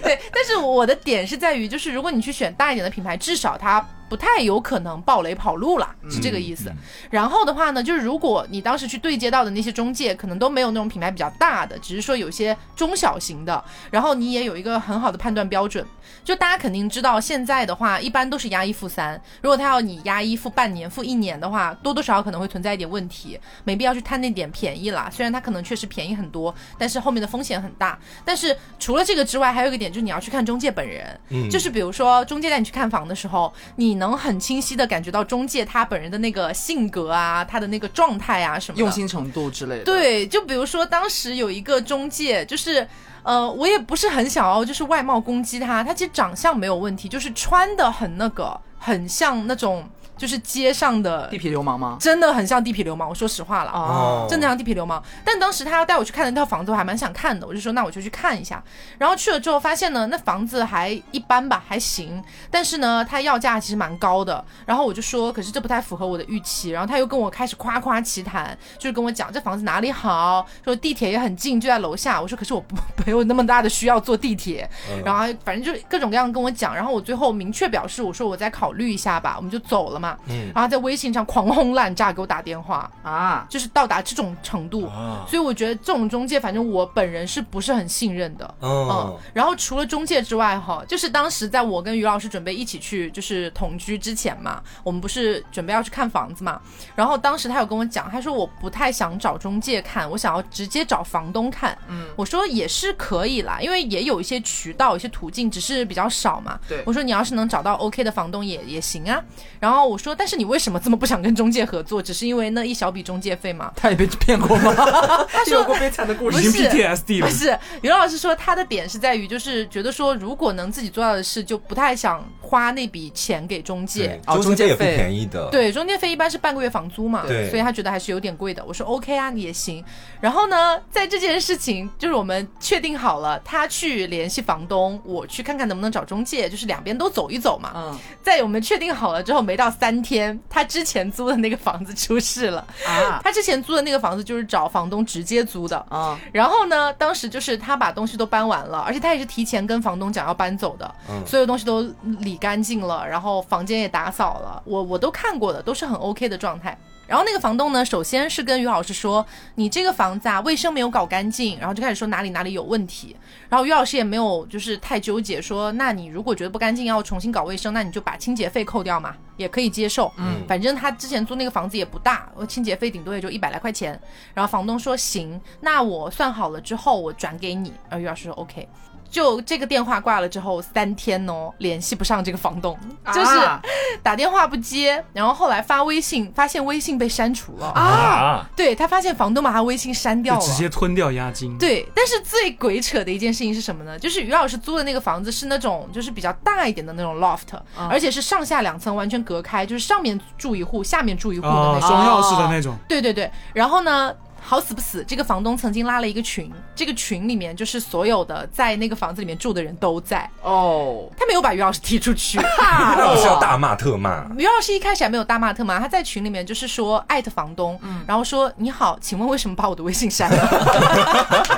Speaker 1: 对，但是我的点是在于，就是如果你去选大一点的品牌，至少它不太有可能暴雷跑路啦，是这个意思。然后的话呢，就是如果你当时去对接到的那些中介，可能都没有那种品牌比较大的，只是说有些中小型的，然后你也有一个很好的判断标准。就大家肯定知道，现在的话一般都是押一付三，如果他要你押一付半年、付一年的话，多多少少可能会存在一点问题，没必要去贪那点便宜啦。虽然它可能确实便宜很多，但是后面的风险很大。但是除了这个之外，还有一个点就是你要去看中介本人，
Speaker 2: 嗯
Speaker 1: 就是比如说中介带你去看房的时候，你能很清晰的感觉到中介他本人的那个性格啊，他的那个状态啊什么的，
Speaker 3: 用心程度之类的，，
Speaker 1: 对，就比如说当时有一个中介，就是。呃，我也不是很想要，就是外貌攻击他。他其实长相没有问题，就是穿的很那个，很像那种就是街上的
Speaker 3: 地，痞流
Speaker 1: (laughs)
Speaker 3: 氓吗？
Speaker 1: 真的很像地痞流氓。我说实话了，啊。
Speaker 2: 哦，
Speaker 1: 真的像地痞流氓。但当时他要带我去看的那套房子，我还蛮想看的，我就说那我就去看一下。然后去了之后发现呢，那房子还一般吧，还行，但是呢，它要价其实蛮高的。然后我就说，可是这不太符合我的预期。然后他又跟我开始夸夸其谈，就是跟我讲这房子哪里好，说地铁也很近，就在楼下。我说可是我不 (laughs) 没有那么大的需要坐地铁。然后反正就各种各样跟我讲。然后我最后明确表示，我说我再考虑一下吧，我们就走了嘛。然后在微信上狂轰滥炸给我打电话。
Speaker 3: 啊，
Speaker 1: 就是到达这种程度，所以我觉得这种中介，反正我本人是不是很信任的。嗯
Speaker 2: 哦，，
Speaker 1: 然后除了中介之外，哈，就是当时在我跟于老师准备一起去就是同居之前嘛，我们不是准备要去看房子嘛，然后当时他有跟我讲，他说我不太想找中介看，我想要直接找房东看。嗯，我说也是可以啦，因为也有一些渠道、一些途径，只是比较少嘛。
Speaker 3: 对
Speaker 1: 我说你要是能找到 OK 的房东也也行啊。然后我说，但是你为什么这么不想跟中介合作？只是因为那一小笔中介费吗？
Speaker 3: 他也被骗过吗？
Speaker 1: 他说
Speaker 3: (laughs) 有过悲惨的故
Speaker 1: 不
Speaker 4: 已经
Speaker 1: 是
Speaker 4: PTSD
Speaker 1: (laughs)
Speaker 4: 了
Speaker 1: 不。是，于老师说他的点是在于，就是觉得说，如果能自己做到的事，就不太想花那笔钱给中介
Speaker 2: 对。，
Speaker 3: 哦
Speaker 2: 中
Speaker 3: 中介
Speaker 2: 间也不
Speaker 3: 费
Speaker 2: 便宜的，，
Speaker 1: 对，中介费一般是半个月房租嘛，
Speaker 2: 对
Speaker 1: 所以他觉得还是有点贵的。我说 OK 啊，也行。然后呢，在这件事情就是我们确定好了，他去联系房东，我去看看能不能找中介，就是两边都走一走嘛。
Speaker 3: 嗯
Speaker 1: 在我们确定好了之后，没到三天，他之前租的那个房子出事了。
Speaker 3: 啊
Speaker 1: 他之前租的那个房子就是找房东直接租的，
Speaker 3: 啊，
Speaker 1: 然后呢，当时就是他把东西都搬完了，而且他也是提前跟房东讲要搬走的，
Speaker 2: 嗯
Speaker 1: 所有东西都理干净了，然后房间也打扫了，我我都看过的，都是很 OK 的状态。然后那个房东呢，首先是跟于老师说，你这个房子啊，卫生没有搞干净，然后就开始说哪里哪里有问题。然后于老师也没有就是太纠结说，那你如果觉得不干净要重新搞卫生，那你就把清洁费扣掉嘛，也可以接受。
Speaker 2: 嗯
Speaker 1: 反正他之前租那个房子也不大，我清洁费顶多也就一百来块钱。然后房东说行，那我算好了之后我转给你。然后于老师说 OK。就这个电话挂了之后三天哦，联系不上这个房东，就是
Speaker 3: 啊
Speaker 1: 打电话不接，然后后来发微信，发现微信被删除了。啊、
Speaker 5: 啊，
Speaker 1: 对他发现房东把他微信删掉了，
Speaker 4: 就直接吞掉押金，，
Speaker 1: 对，但是最鬼扯的一件事情是什么呢？就是于老师租的那个房子是那种就是比较大一点的那种 loft，、而且是上下两层完全隔开，就是上面住一户，下面住一户的那
Speaker 4: 哦，
Speaker 1: 种。
Speaker 4: 双钥匙的那种，
Speaker 1: 对对对，然后呢？好死不死，这个房东曾经拉了一个群，这个群里面就是所有的在那个房子里面住的人都在，
Speaker 3: 哦，
Speaker 1: 他没有把于老师踢出去。
Speaker 2: 那我是要大骂特骂，
Speaker 1: 于老师一开始还没有大骂特骂，他在群里面就是说艾特房东，然后说你好，请问为什么把我的微信删了？ (laughs)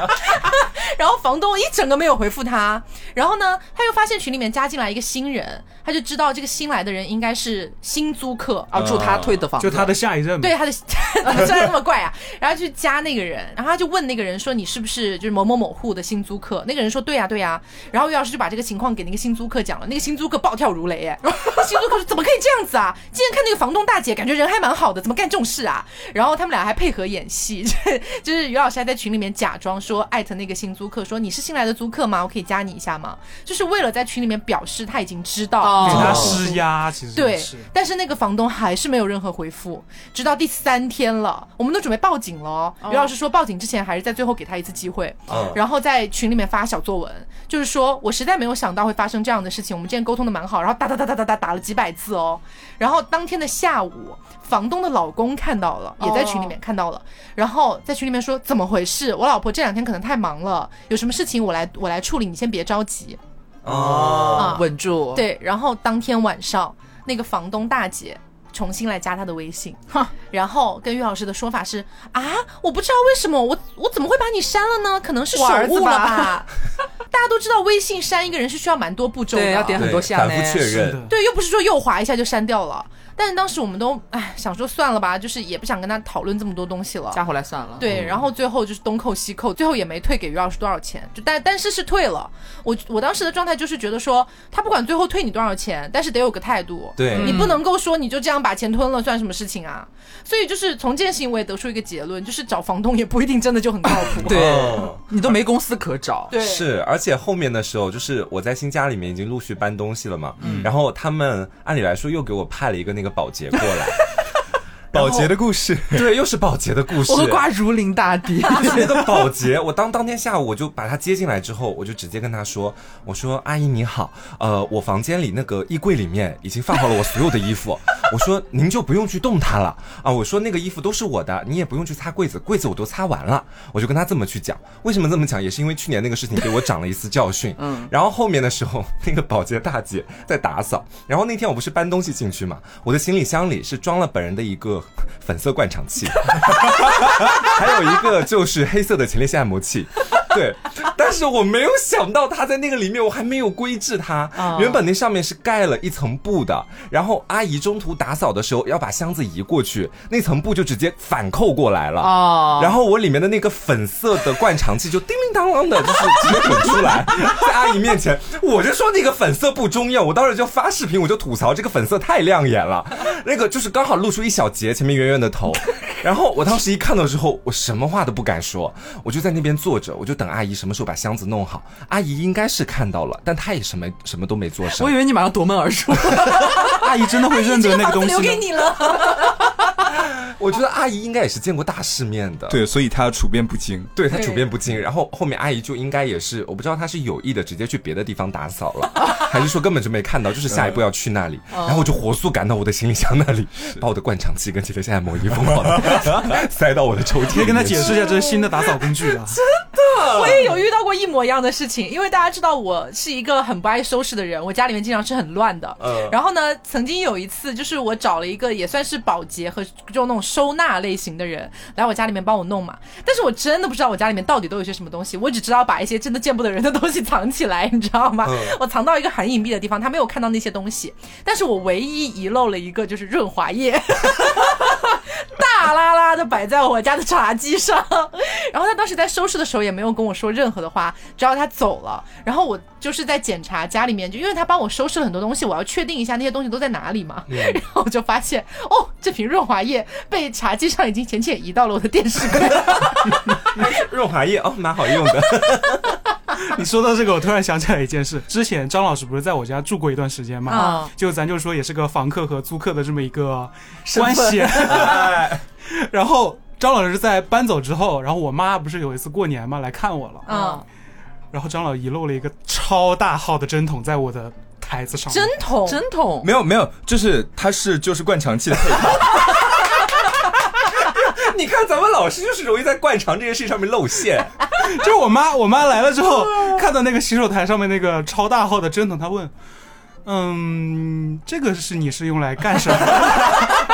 Speaker 1: 然后房东一整个没有回复他，然后呢，他又发现群里面加进来一个新人，他就知道这个新来的人应该是新租客，
Speaker 3: 啊，住他退的房子，
Speaker 4: 就他的下一任嘛，
Speaker 1: 对他的 (laughs) 虽然那么怪啊，然后去加那个人，然后他就问那个人说你是不是就是某某某户的新租客？那个人说对呀、对呀、然后于老师就把这个情况给那个新租客讲了，那个新租客暴跳如雷哎， (laughs) 新租客说怎么可以这样子啊？今天看那个房东大姐感觉人还蛮好的，怎么干这种事 (laughs) 啊？然后他们俩还配合演戏，就是就是于老师还在群里面假装说艾特那个新租租客说：“你是新来的租客吗？我可以加你一下吗？”就是为了在群里面表示他已经知道
Speaker 3: 哦
Speaker 4: 给
Speaker 1: 这个
Speaker 4: 他
Speaker 1: 房租
Speaker 4: 施压，其实
Speaker 1: 对
Speaker 4: 是，
Speaker 1: 但是那个房东还是没有任何回复，直到第三天了，我们都准备报警了哦。
Speaker 3: 哦
Speaker 1: 于老师说，报警之前还是在最后给他一次机会，
Speaker 4: 哦
Speaker 2: 嗯
Speaker 1: 然后在群里面发小作文，就是说我实在没有想到会发生这样的事情，我们之前沟通的蛮好，然后打打打打打打打了几百字哦。然后当天的下午，房东的老公看到了，也在群里面看到了，
Speaker 4: 哦
Speaker 1: 然后在群里面说怎么回事？我老婆这两天可能太忙了，有什么事情我来我来处理，你先别着急。
Speaker 2: 哦，
Speaker 1: 啊
Speaker 3: 稳住，，
Speaker 1: 对，然后当天晚上，那个房东大姐重新来加她的微信，然后跟岳老师的说法是啊，我不知道为什么我我怎么会把你删了呢？可能是手
Speaker 3: 我儿子
Speaker 1: 误了
Speaker 3: 吧
Speaker 1: 吧。大家都知道，微信删一个人是需要蛮多步骤的，
Speaker 3: 对要点
Speaker 2: 对
Speaker 3: 很多下
Speaker 2: 反
Speaker 3: 呢
Speaker 2: 复确
Speaker 4: 是
Speaker 2: 认，
Speaker 4: 的，
Speaker 1: 对，又不是说右滑一下就删掉了。但是当时我们都哎想说算了吧，就是也不想跟他讨论这么多东西了。
Speaker 3: 加回来算了。，
Speaker 1: 对，然后最后就是东扣西扣，最后也没退给于老师多少钱，就但但是是退了。我我当时的状态就是觉得说，他不管最后退你多少钱，但是得有个态度，
Speaker 2: 对嗯
Speaker 1: 你不能够说你就这样把钱吞了，算什么事情啊？所以就是从这件事情我也得出一个结论，就是找房东也不一定真的就很靠
Speaker 2: (laughs)
Speaker 1: 谱。
Speaker 3: 对
Speaker 2: 哦
Speaker 3: 你都没公司可找，
Speaker 1: 对，
Speaker 2: 是，而且后面的时候，就是我在新家里面已经陆续搬东西了嘛，然后他们按理来说又给我派了一个那个保洁过 (laughs) 来，
Speaker 5: 保洁的故事，
Speaker 2: 对，又是保洁的故事
Speaker 3: 我。和瓜如临大敌。
Speaker 1: (laughs)
Speaker 2: (laughs) 那个保洁，我当当天下午我就把他接进来之后，我就直接跟他说：“我说阿姨你好，呃，我房间里那个衣柜里面已经放好了我所有的衣服，我说您就不用去动它了啊，我说那个衣服都是我的，你也不用去擦柜子，柜子我都擦完了。”我就跟他这么去讲，为什么这么讲，也是因为去年那个事情给我长了一次教训。嗯，然后后面的时候，那个保洁大姐在打扫，然后那天我不是搬东西进去嘛，我的行李箱里是装了本人的一个粉色灌肠器。还有一个就是黑色的前列腺按摩器。对，但是我没有想到它在那个里面，我还没有规制它。原本那上面是盖了一层布的，然后阿姨中途打扫的时候要把箱子移过去，那层布就直接反扣过来了。
Speaker 3: 哦
Speaker 2: 然后我里面的那个粉色的灌肠器就叮叮当当的，就是直接滚出
Speaker 3: (laughs)
Speaker 2: 来，在阿姨面前，我就说那个粉色不中用，我当时就发视频，我就吐槽这个粉色太亮眼了，那个就是刚好露出一小截，前面圆圆的头，然后我当时一看到之后，我什么话都不敢说，我就在那边坐着，我就等阿姨什么时候把箱子弄好，阿姨应该是看到了，但她也什么什么都没做
Speaker 3: 我
Speaker 2: 声
Speaker 3: 以。为你马上夺门而出，
Speaker 4: 阿姨真的会认
Speaker 1: 这
Speaker 4: 得
Speaker 1: 个
Speaker 4: 那
Speaker 1: 房
Speaker 4: 个
Speaker 1: 子留
Speaker 4: 东西
Speaker 1: 给
Speaker 4: 吗？
Speaker 1: 你了，
Speaker 2: 我觉得阿姨应该也是见过大世面的，
Speaker 5: 对，所以他处变不惊。
Speaker 2: 对他
Speaker 1: 对
Speaker 2: 处变不惊，然后后面阿姨就应该也是，我不知道她是有意的直接去别的地方打扫了， (laughs) 还是说根本就没看到，就是下一步要去那里，然后我就火速赶到我的行李箱那里，把我的灌肠器跟前列腺按摩仪疯狂的塞到我的抽屉里面去。
Speaker 4: 可以跟他解释一下这是新的打扫工具啊，
Speaker 1: 我也有遇到过一模一样的事情，因为大家知道我是一个很不爱收拾的人，我家里面经常是很乱的。
Speaker 2: 嗯
Speaker 1: 然后呢，曾经有一次，就是我找了一个也算是保洁和就那种收纳类型的人来我家里面帮我弄嘛，但是我真的不知道我家里面到底都有些什么东西，我只知道把一些真的见不得人的东西藏起来，你知道吗？ (laughs) 我藏到一个很隐蔽的地方，他没有看到那些东西，但是我唯一遗漏了一个就是润滑液。 (laughs) 大拉拉的摆在我家的茶几上。然后他当时在收拾的时候也没有跟我说任何的话，直到他走了。然后我就是在检查家里面，就因为他帮我收拾了很多东西，我要确定一下那些东西都在哪里嘛。 (laughs) 然后我就发现，哦，这瓶润滑液被茶几上已经浅浅移到了我的电视柜。
Speaker 2: 润滑液哦，蛮好用的。
Speaker 4: 你说到这个，我突然想起来一件事，之前张老师不是在我家住过一段时间嘛
Speaker 1: 啊，
Speaker 4: 就咱就说也是个房客和租客的这么一个关系， (laughs) 然后。张老师在搬走之后，然后我妈不是有一次过年嘛来看我了，
Speaker 1: 嗯，
Speaker 4: 然后张老遗漏了一个超大号的针筒在我的台子上面，
Speaker 1: 针筒，
Speaker 3: 针筒
Speaker 5: 没有没有，就是他是就是灌肠器的配 (laughs) 套，
Speaker 2: 你看咱们老师就是容易在灌肠这件事上面露馅，哎
Speaker 4: (laughs) 就是我妈，我妈来了
Speaker 3: (laughs)
Speaker 4: 之后，看到那个洗手台上面那个超大号的针筒，她问：“嗯，这个是你是用来干什么的？ (laughs)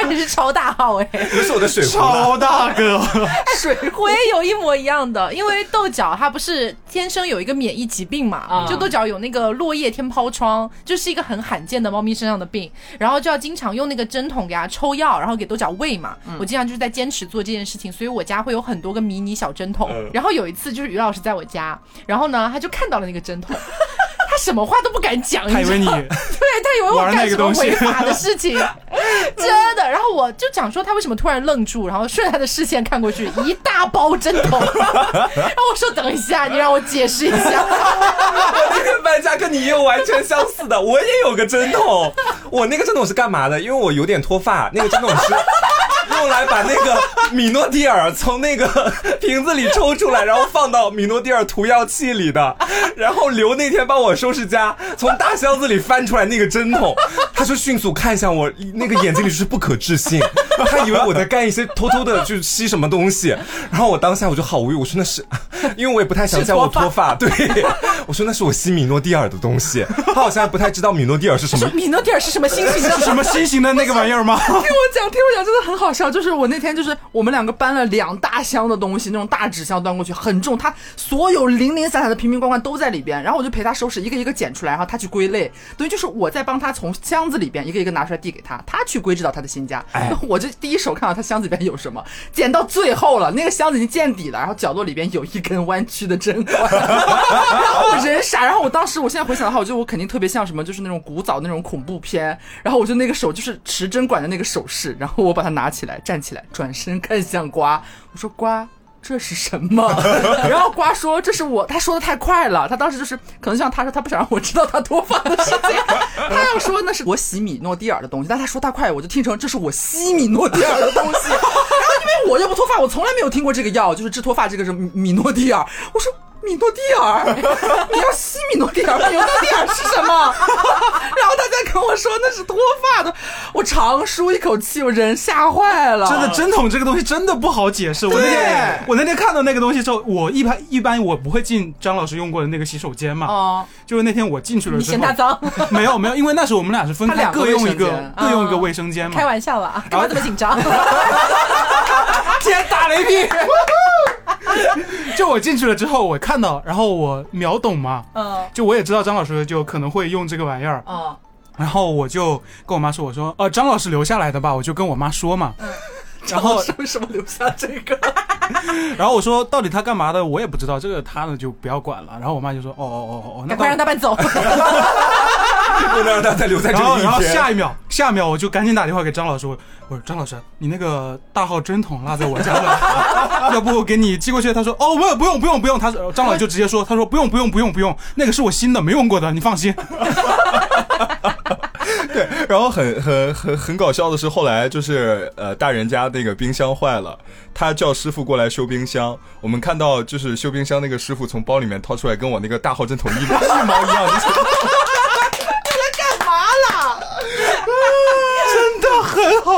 Speaker 1: 而且是超大号哎、
Speaker 2: 不是我的
Speaker 4: (laughs)
Speaker 2: 水壶了。
Speaker 4: 超大个， (laughs)
Speaker 3: 水
Speaker 1: (laughs) 我也有一模一样的，因为豆角它不是天生有一个免疫疾病嘛，
Speaker 3: 啊
Speaker 1: 就豆角有那个落叶天疱疮，就是一个很罕见的猫咪身上的病，然后就要经常用那个针筒给它抽药，然后给豆角喂嘛。我经常就是在坚持做这件事情，所以我家会有很多个迷你小针筒。然后有一次就是于老师在我家，然后呢他就看到了那个针筒，他什么话都不敢讲，
Speaker 4: 她以为
Speaker 1: 知
Speaker 4: 你
Speaker 3: 哎
Speaker 1: 道吗对他以为我
Speaker 4: 玩那
Speaker 1: 干
Speaker 4: 个
Speaker 1: 什么
Speaker 4: 东西 (laughs)
Speaker 1: 违法的事情，真的。然后我就讲说他为什么突然愣住，然后顺着他的视线看过去，一大包针
Speaker 4: (laughs)
Speaker 1: 头。然后我说等一下，你让我解释一
Speaker 4: (laughs)
Speaker 1: 下。
Speaker 2: 那 (laughs) 个搬家跟你也有完全相似的，我也有个针筒，我那个针筒是干嘛的？因为我有点脱发，那个针筒是 (laughs) 用来把那个米诺地尔从那个瓶子里抽出来，然后放到米诺地尔涂药器里的。然后刘那天帮我收拾家，从大箱子里翻出来那个针筒，他就迅速看向我，那个眼睛里就是不可置信，他以为我在干一些偷偷的去吸什么东西。然后我当下我就好无语，我说那是，因为我也不太想象我脱发，对， (laughs) 我说那是我吸米诺地尔的东西，他好像还不太知道米诺地尔是什么
Speaker 1: 说。米诺地尔是什么新型
Speaker 4: 是
Speaker 1: 的？
Speaker 4: 什么新型的那个玩意儿吗？
Speaker 3: (laughs) 听我讲，听我讲，真的很好笑。就是我那天就是我们两个搬了两大箱的东西，那种大纸箱端过去很重，他所有零零散散的瓶瓶罐罐都在里边。然后我就陪他收拾，一个一个捡出来，然后他去归类。等于就是我在帮他从箱子里边一个一个拿出来递给他，他去归置到他的新家。
Speaker 2: 哎
Speaker 3: (laughs) 我就第一手看到他箱子里边有什么，捡到最后了，那个箱子已经见底了，然后角落里边有一根弯曲的针管， (laughs) 然后我人傻，然后我当时我现在回想的话，我觉得我肯定特别像什么，就是那种古早那种恐怖片，然后我就那个手就是持针管的那个手势，然后我把它拿起来，站起来，转身看向瓜，我说瓜。这是什么？然后瓜说：“这是我。”他说的太快了，他当时就是可能像他说，他不想让我知道他脱发的事情， (laughs) 他要说那是我洗米诺地尔的东西，但他说太快，我就听成这是我吸米诺地尔的东西。 (laughs) 然后因为我又不脱发，我从来没有听过这个药，就是治脱发这个是米米诺地尔。我说。米诺地尔， (laughs) 你要吸米诺地尔，米诺地尔是什么？ (laughs) 然后他再跟我说那是脱发的，我长舒一口气，我人吓坏了。
Speaker 4: 真的针筒这个东西真的不好解释。我那天我那天看到那个东西之后，我一般一般我不会进张老师用过的那个洗手间嘛，
Speaker 3: 哦，
Speaker 4: 就是那天我进去了
Speaker 1: 你
Speaker 4: 之
Speaker 1: 嫌
Speaker 4: 后，
Speaker 1: 他脏？
Speaker 4: 没有没有，因为那时候我们俩是分
Speaker 3: 他
Speaker 4: 开
Speaker 3: 两个
Speaker 4: 各用一
Speaker 3: 卫
Speaker 4: 个
Speaker 3: 生间嗯
Speaker 4: 各用一个卫生间嘛
Speaker 1: 开。玩笑了啊，干嘛这么紧
Speaker 4: (laughs)
Speaker 1: 张？嗯
Speaker 4: 今天打雷劈！就我进去了之后，我看到，然后我秒懂嘛，
Speaker 1: 嗯
Speaker 4: 就我也知道张老师就可能会用这个玩意儿，
Speaker 3: 哦，
Speaker 4: 然后我就跟我妈说，我说呃张老师留下来的吧，我就跟我妈说嘛，
Speaker 2: 嗯
Speaker 4: 然后
Speaker 3: 是为 (laughs) 什么留下这个？
Speaker 4: 然后我说到底他干嘛的，我也不知道，这个他呢就不要管了。然后我妈就说哦哦哦哦哦，那
Speaker 1: 赶快让
Speaker 4: 他。
Speaker 1: 他搬
Speaker 4: (laughs)
Speaker 1: 走。
Speaker 2: 不能让他再留在这
Speaker 4: 啊然后
Speaker 2: 里一
Speaker 4: 然后
Speaker 2: 天。
Speaker 4: 下一秒下一秒我就赶紧打电话给张老师，我我说张老师，你那个大号针筒落在我家了， (laughs) 要不我给你寄过去？他说哦不不用不用不用，他说张老师就直接说他说不用不用不用不用，那个是我新的没用过的，你放心。 (laughs)
Speaker 5: (laughs) 然后很很很很搞笑的是，后来就是呃，大人家那个冰箱坏了，他叫师傅过来修冰箱。我们看到就是修冰箱那个师傅从包里面掏出来，跟我那个大号针筒一模一毛一样。就是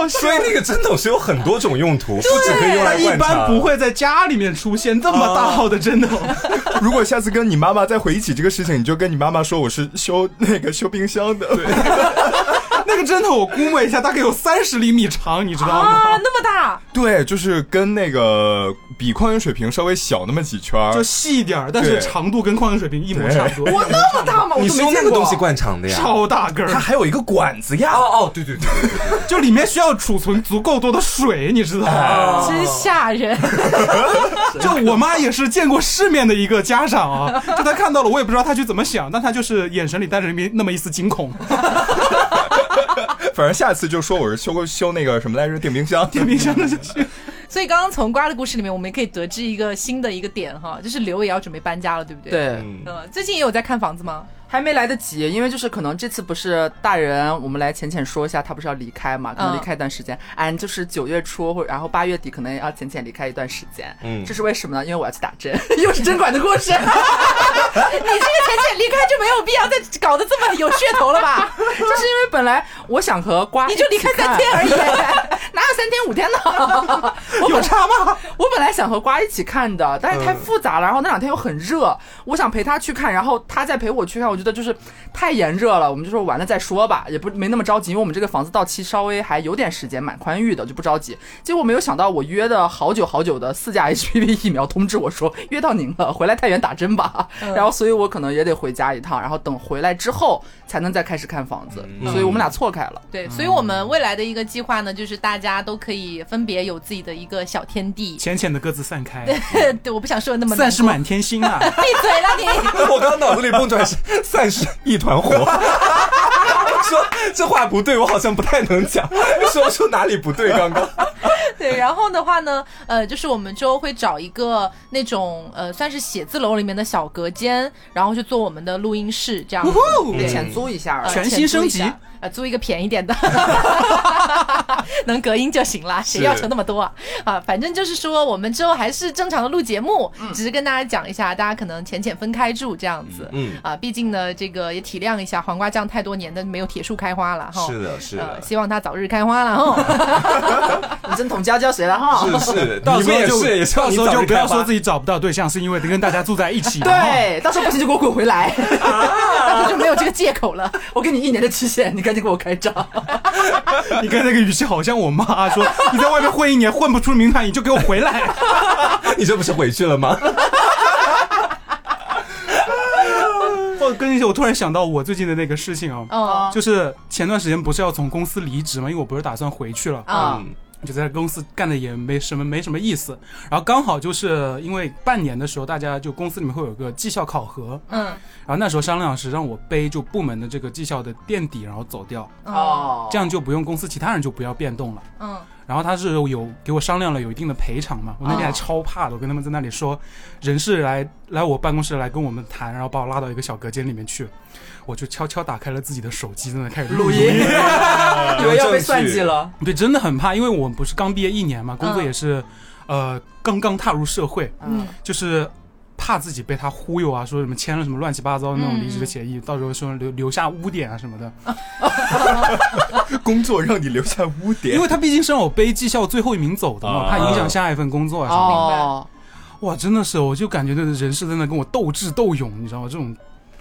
Speaker 2: 所以那个针筒是有很多种用途，不只可以用
Speaker 4: 他
Speaker 2: 来
Speaker 4: 一
Speaker 2: 灌
Speaker 4: 般
Speaker 2: 肠。
Speaker 4: 不会在家里面出现这么大号的
Speaker 2: (laughs)
Speaker 4: 针筒，
Speaker 5: (laughs) 如果下次跟你妈妈再回忆起这个事情，你就跟你妈妈说我是修那个修冰箱的。
Speaker 4: (laughs) 那个针筒我估摸一下大概有三十厘米长，你知道吗？
Speaker 1: 啊，那么大，
Speaker 5: (laughs) 对，就是跟那个比矿泉水瓶稍微小那么几圈儿
Speaker 4: 就。细一点儿，但是
Speaker 5: 对
Speaker 4: 长度跟矿泉水瓶一模差不多。
Speaker 3: 我那么大吗？我
Speaker 2: 你
Speaker 3: 都
Speaker 2: 是
Speaker 3: 没
Speaker 2: 用那
Speaker 3: 见
Speaker 2: 个
Speaker 3: 过
Speaker 2: 东西灌肠的呀？
Speaker 4: 超大根
Speaker 2: (laughs)
Speaker 5: 它
Speaker 4: 儿， (laughs)
Speaker 5: 还有一个管子呀！
Speaker 2: 哦哦，对对对，
Speaker 4: 就里面需要储存足够多的水，你知道
Speaker 2: 啊
Speaker 4: 吗？
Speaker 1: 真吓人。
Speaker 4: (laughs) 就我妈也是见过世面的一个家长
Speaker 2: (laughs)
Speaker 4: 啊，就她看到了，我也不知道她去怎么想，但她就是眼神里带着那么一那么一丝
Speaker 2: (laughs)
Speaker 4: 惊恐。
Speaker 5: 反正下次就说我是修过修那个什么来着电冰箱。
Speaker 4: 冰箱的就是
Speaker 1: 所以刚刚从瓜的故事里面，我们也可以得知一个新的一个点哈，就是刘也要准备搬家了，对不对？。
Speaker 3: 对，
Speaker 2: 嗯
Speaker 1: 呃，最近也有在看房子吗？ (laughs)
Speaker 3: 还没来得及，因为就是可能这次不是大人，我们来浅浅说一下，他不是要离开嘛，可能
Speaker 1: 嗯
Speaker 3: 离开一段时间，俺、就是九月初或然后八月底可能要浅浅离开一段时间，
Speaker 2: 嗯
Speaker 3: 这是为什么呢？因为我要去打针， (laughs) 又是针管的故事，
Speaker 1: 你这个浅浅离开就没有必要再搞得这么有噱头了吧？
Speaker 3: (laughs) 就是因为本来我想和瓜
Speaker 1: 你就离开
Speaker 3: 一起看
Speaker 1: 三天而已
Speaker 3: (laughs) 哪有三天五天 (laughs) 呢？有差吗？嗯我本来想和瓜一起看的，但是太复杂了。然后那两天又很热，我想陪他去看，然后他再陪我去看，我觉得就是太炎热了。我们就说完了再说吧，也不没那么着急，因为我们这个房子到期稍微还有点时间，蛮宽裕的，就不着急。结果没有想到，我约的好久好久的四价 HPV 疫苗通知我说约到您了，回来太原打针吧。然后，所以我可能也得回家一趟，然后等回来之后才能再开始看房子。所以我们俩错开了。
Speaker 4: 嗯
Speaker 1: 对，所以我们未来的一个计划呢，就是大家都可以分别有自己的一个小天地。
Speaker 4: 浅浅的各自
Speaker 2: (laughs)
Speaker 4: 散开，
Speaker 1: (laughs) 对，我不想说的那么
Speaker 4: 散
Speaker 1: 难
Speaker 4: 是满天星
Speaker 1: (laughs)
Speaker 4: 啊！
Speaker 1: 闭嘴了你。 (laughs)
Speaker 2: 我刚脑子里蹦出来是散是一团火。说这话不对，我好像不太能讲，说出哪里不对刚刚。
Speaker 1: 对，然后的话呢，呃，就是我们就会找一个那种呃，算是写字楼里面的小隔间，然后去做我们的录音室，这样子。
Speaker 3: 对嗯浅租一下而
Speaker 1: 呃
Speaker 3: 已。
Speaker 4: 全新升级，
Speaker 1: 浅租一下呃，租一个便宜点
Speaker 4: (laughs)
Speaker 1: 的， (laughs) 能隔音就行啦，谁要求那么多啊？啊，反正就是说，我们之后还是正常的录节目，
Speaker 4: 嗯
Speaker 1: 只是跟大家讲一下，大家可能浅浅分开住这样子。
Speaker 2: 嗯，
Speaker 1: 啊，毕竟呢，这个也体谅一下，黄瓜酱太多年的没有铁树开花了哈。
Speaker 2: 是的，是
Speaker 1: 呃，
Speaker 2: 的。
Speaker 1: 希望它早日开花了哈。
Speaker 3: 你真捅家教谁了哈？
Speaker 2: 是是，
Speaker 4: 呃 (laughs) 到
Speaker 2: (laughs) 你
Speaker 4: 时
Speaker 2: 们
Speaker 4: 候
Speaker 2: 也，
Speaker 4: 就是
Speaker 2: 也希望
Speaker 4: 到
Speaker 2: 你
Speaker 4: 时候
Speaker 2: 早
Speaker 4: 就
Speaker 2: 日
Speaker 4: 不
Speaker 2: 开
Speaker 4: 要
Speaker 2: 花
Speaker 4: 说自己找不到对象，是因为跟大家住在一起。啊然后，
Speaker 3: 对，到时候不行就给我滚回来， (laughs)
Speaker 1: 那就没有这个借口了。
Speaker 3: 啊我给你一年的期限，你赶紧给我开张。
Speaker 4: (laughs) 你刚才那个语气好像我妈说，你在外面混一年混不出名堂，你就给我回来。
Speaker 2: 你这不是回去了吗？
Speaker 4: 哦，跟一些我突然想到我最近的那个事情啊，
Speaker 1: 哦
Speaker 4: 就是前段时间不是要从公司离职嘛，因为我不是打算回去了，
Speaker 1: 啊，
Speaker 2: 嗯
Speaker 4: 就在公司干的也没什么没什么意思。然后刚好就是因为半年的时候，大家就公司里面会有个绩效考核，
Speaker 1: 嗯，
Speaker 4: 然后那时候商量是让我背就部门的这个绩效的垫底，然后走掉，
Speaker 1: 哦，
Speaker 4: 这样就不用公司其他人就不要变动了。
Speaker 1: 嗯，
Speaker 4: 然后他是有给我商量了有一定的赔偿嘛，我
Speaker 3: 哦
Speaker 4: 那天还超怕的，我跟他们在那里说，人事来来我办公室来跟我们谈，然后把我拉到一个小隔间里面去，我就悄悄打开了自己的手机，在那开始录
Speaker 3: 录 (laughs) 音，以为要被算
Speaker 2: 有证
Speaker 3: 计
Speaker 2: 据
Speaker 3: 了。
Speaker 4: 对，真的很怕，因为我不是刚毕业一年嘛，工作
Speaker 1: 嗯
Speaker 4: 也是，呃，刚刚踏入社会，
Speaker 1: 嗯，
Speaker 4: 就是怕自己被他忽悠啊，说什么签了什么乱七八糟的那种离职的协议，到时候说留留下污点啊什么的，
Speaker 3: 嗯
Speaker 5: 工作让你留下污点，
Speaker 4: 因为他毕竟是让我背绩效最后一名走的嘛，
Speaker 2: 啊
Speaker 4: 怕影响下一份工作啊什么的。
Speaker 3: 哦，
Speaker 4: 哇，真的是，我就感觉那个人事在那跟我斗智斗勇，你知道吗？这种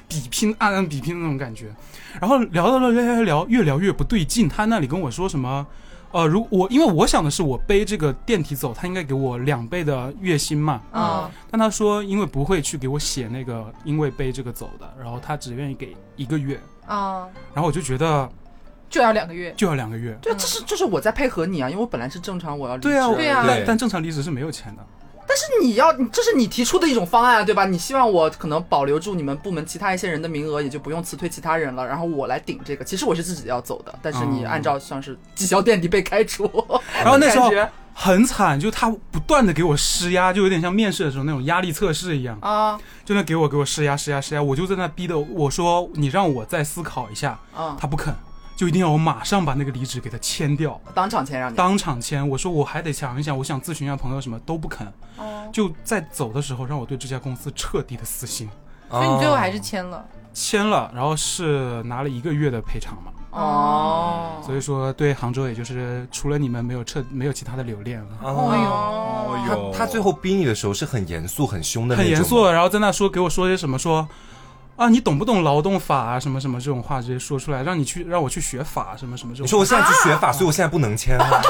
Speaker 4: 比拼暗暗比拼的那种感觉。然后聊到了聊聊聊，越聊越不对劲。他那里跟我说什么？呃，如我因为我想的是我背这个电梯走，他应该给我两倍的月薪嘛。
Speaker 1: 嗯，
Speaker 4: 但他说因为不会去给我写那个因为背这个走的，然后他只愿意给一个月。
Speaker 1: 嗯，
Speaker 4: 然后我就觉得
Speaker 1: 就要两个月。
Speaker 4: 就要两个月。
Speaker 3: 对，这是这是我在配合你啊，因为我本来是正常我要离职，
Speaker 4: 对啊，
Speaker 1: 对啊
Speaker 4: 但
Speaker 2: 对
Speaker 4: 但正常离职是没有钱的。
Speaker 3: 但是你要，这是你提出的一种方案，对吧？你希望我可能保留住你们部门其他一些人的名额，也就不用辞退其他人了，然后我来顶这个。其实我是自己要走的，但是你
Speaker 4: 哦
Speaker 3: 按照像是绩效垫底被开除，
Speaker 4: 然后那时候
Speaker 3: 感觉
Speaker 4: 很惨，就他不断的给我施压，就有点像面试的时候那种压力测试一样，
Speaker 3: 啊，
Speaker 4: 就那给我给我施压施压施压，我就在那逼的我说你让我再思考一下，
Speaker 3: 嗯，
Speaker 4: 他不肯，就一定要我马上把那个离职给他签掉，
Speaker 3: 当场签让你
Speaker 4: 当场签。我说我还得想一想，我想咨询一下朋友什么都不肯，就在走的时候让我对这家公司彻底的死心，
Speaker 1: 所以你最后还是签了。
Speaker 4: 签了，然后是拿了一个月的赔偿嘛，
Speaker 3: 哦，
Speaker 4: 所以说对杭州也就是除了你们没有彻没有其他的留恋了。
Speaker 2: 哦
Speaker 5: 哎
Speaker 2: 哟，
Speaker 5: 呦，
Speaker 2: 他他最后逼你的时候是很严肃、很凶的那
Speaker 4: 很
Speaker 2: 种吗，
Speaker 4: 严肃，啊然后在那说给我说些什么说。啊，你懂不懂劳动法啊？什么什么这种话直接说出来，让你去让我去学法啊什么什么这
Speaker 2: 你说
Speaker 4: 种。
Speaker 2: 我现在去学法，所以我现在不能签啊。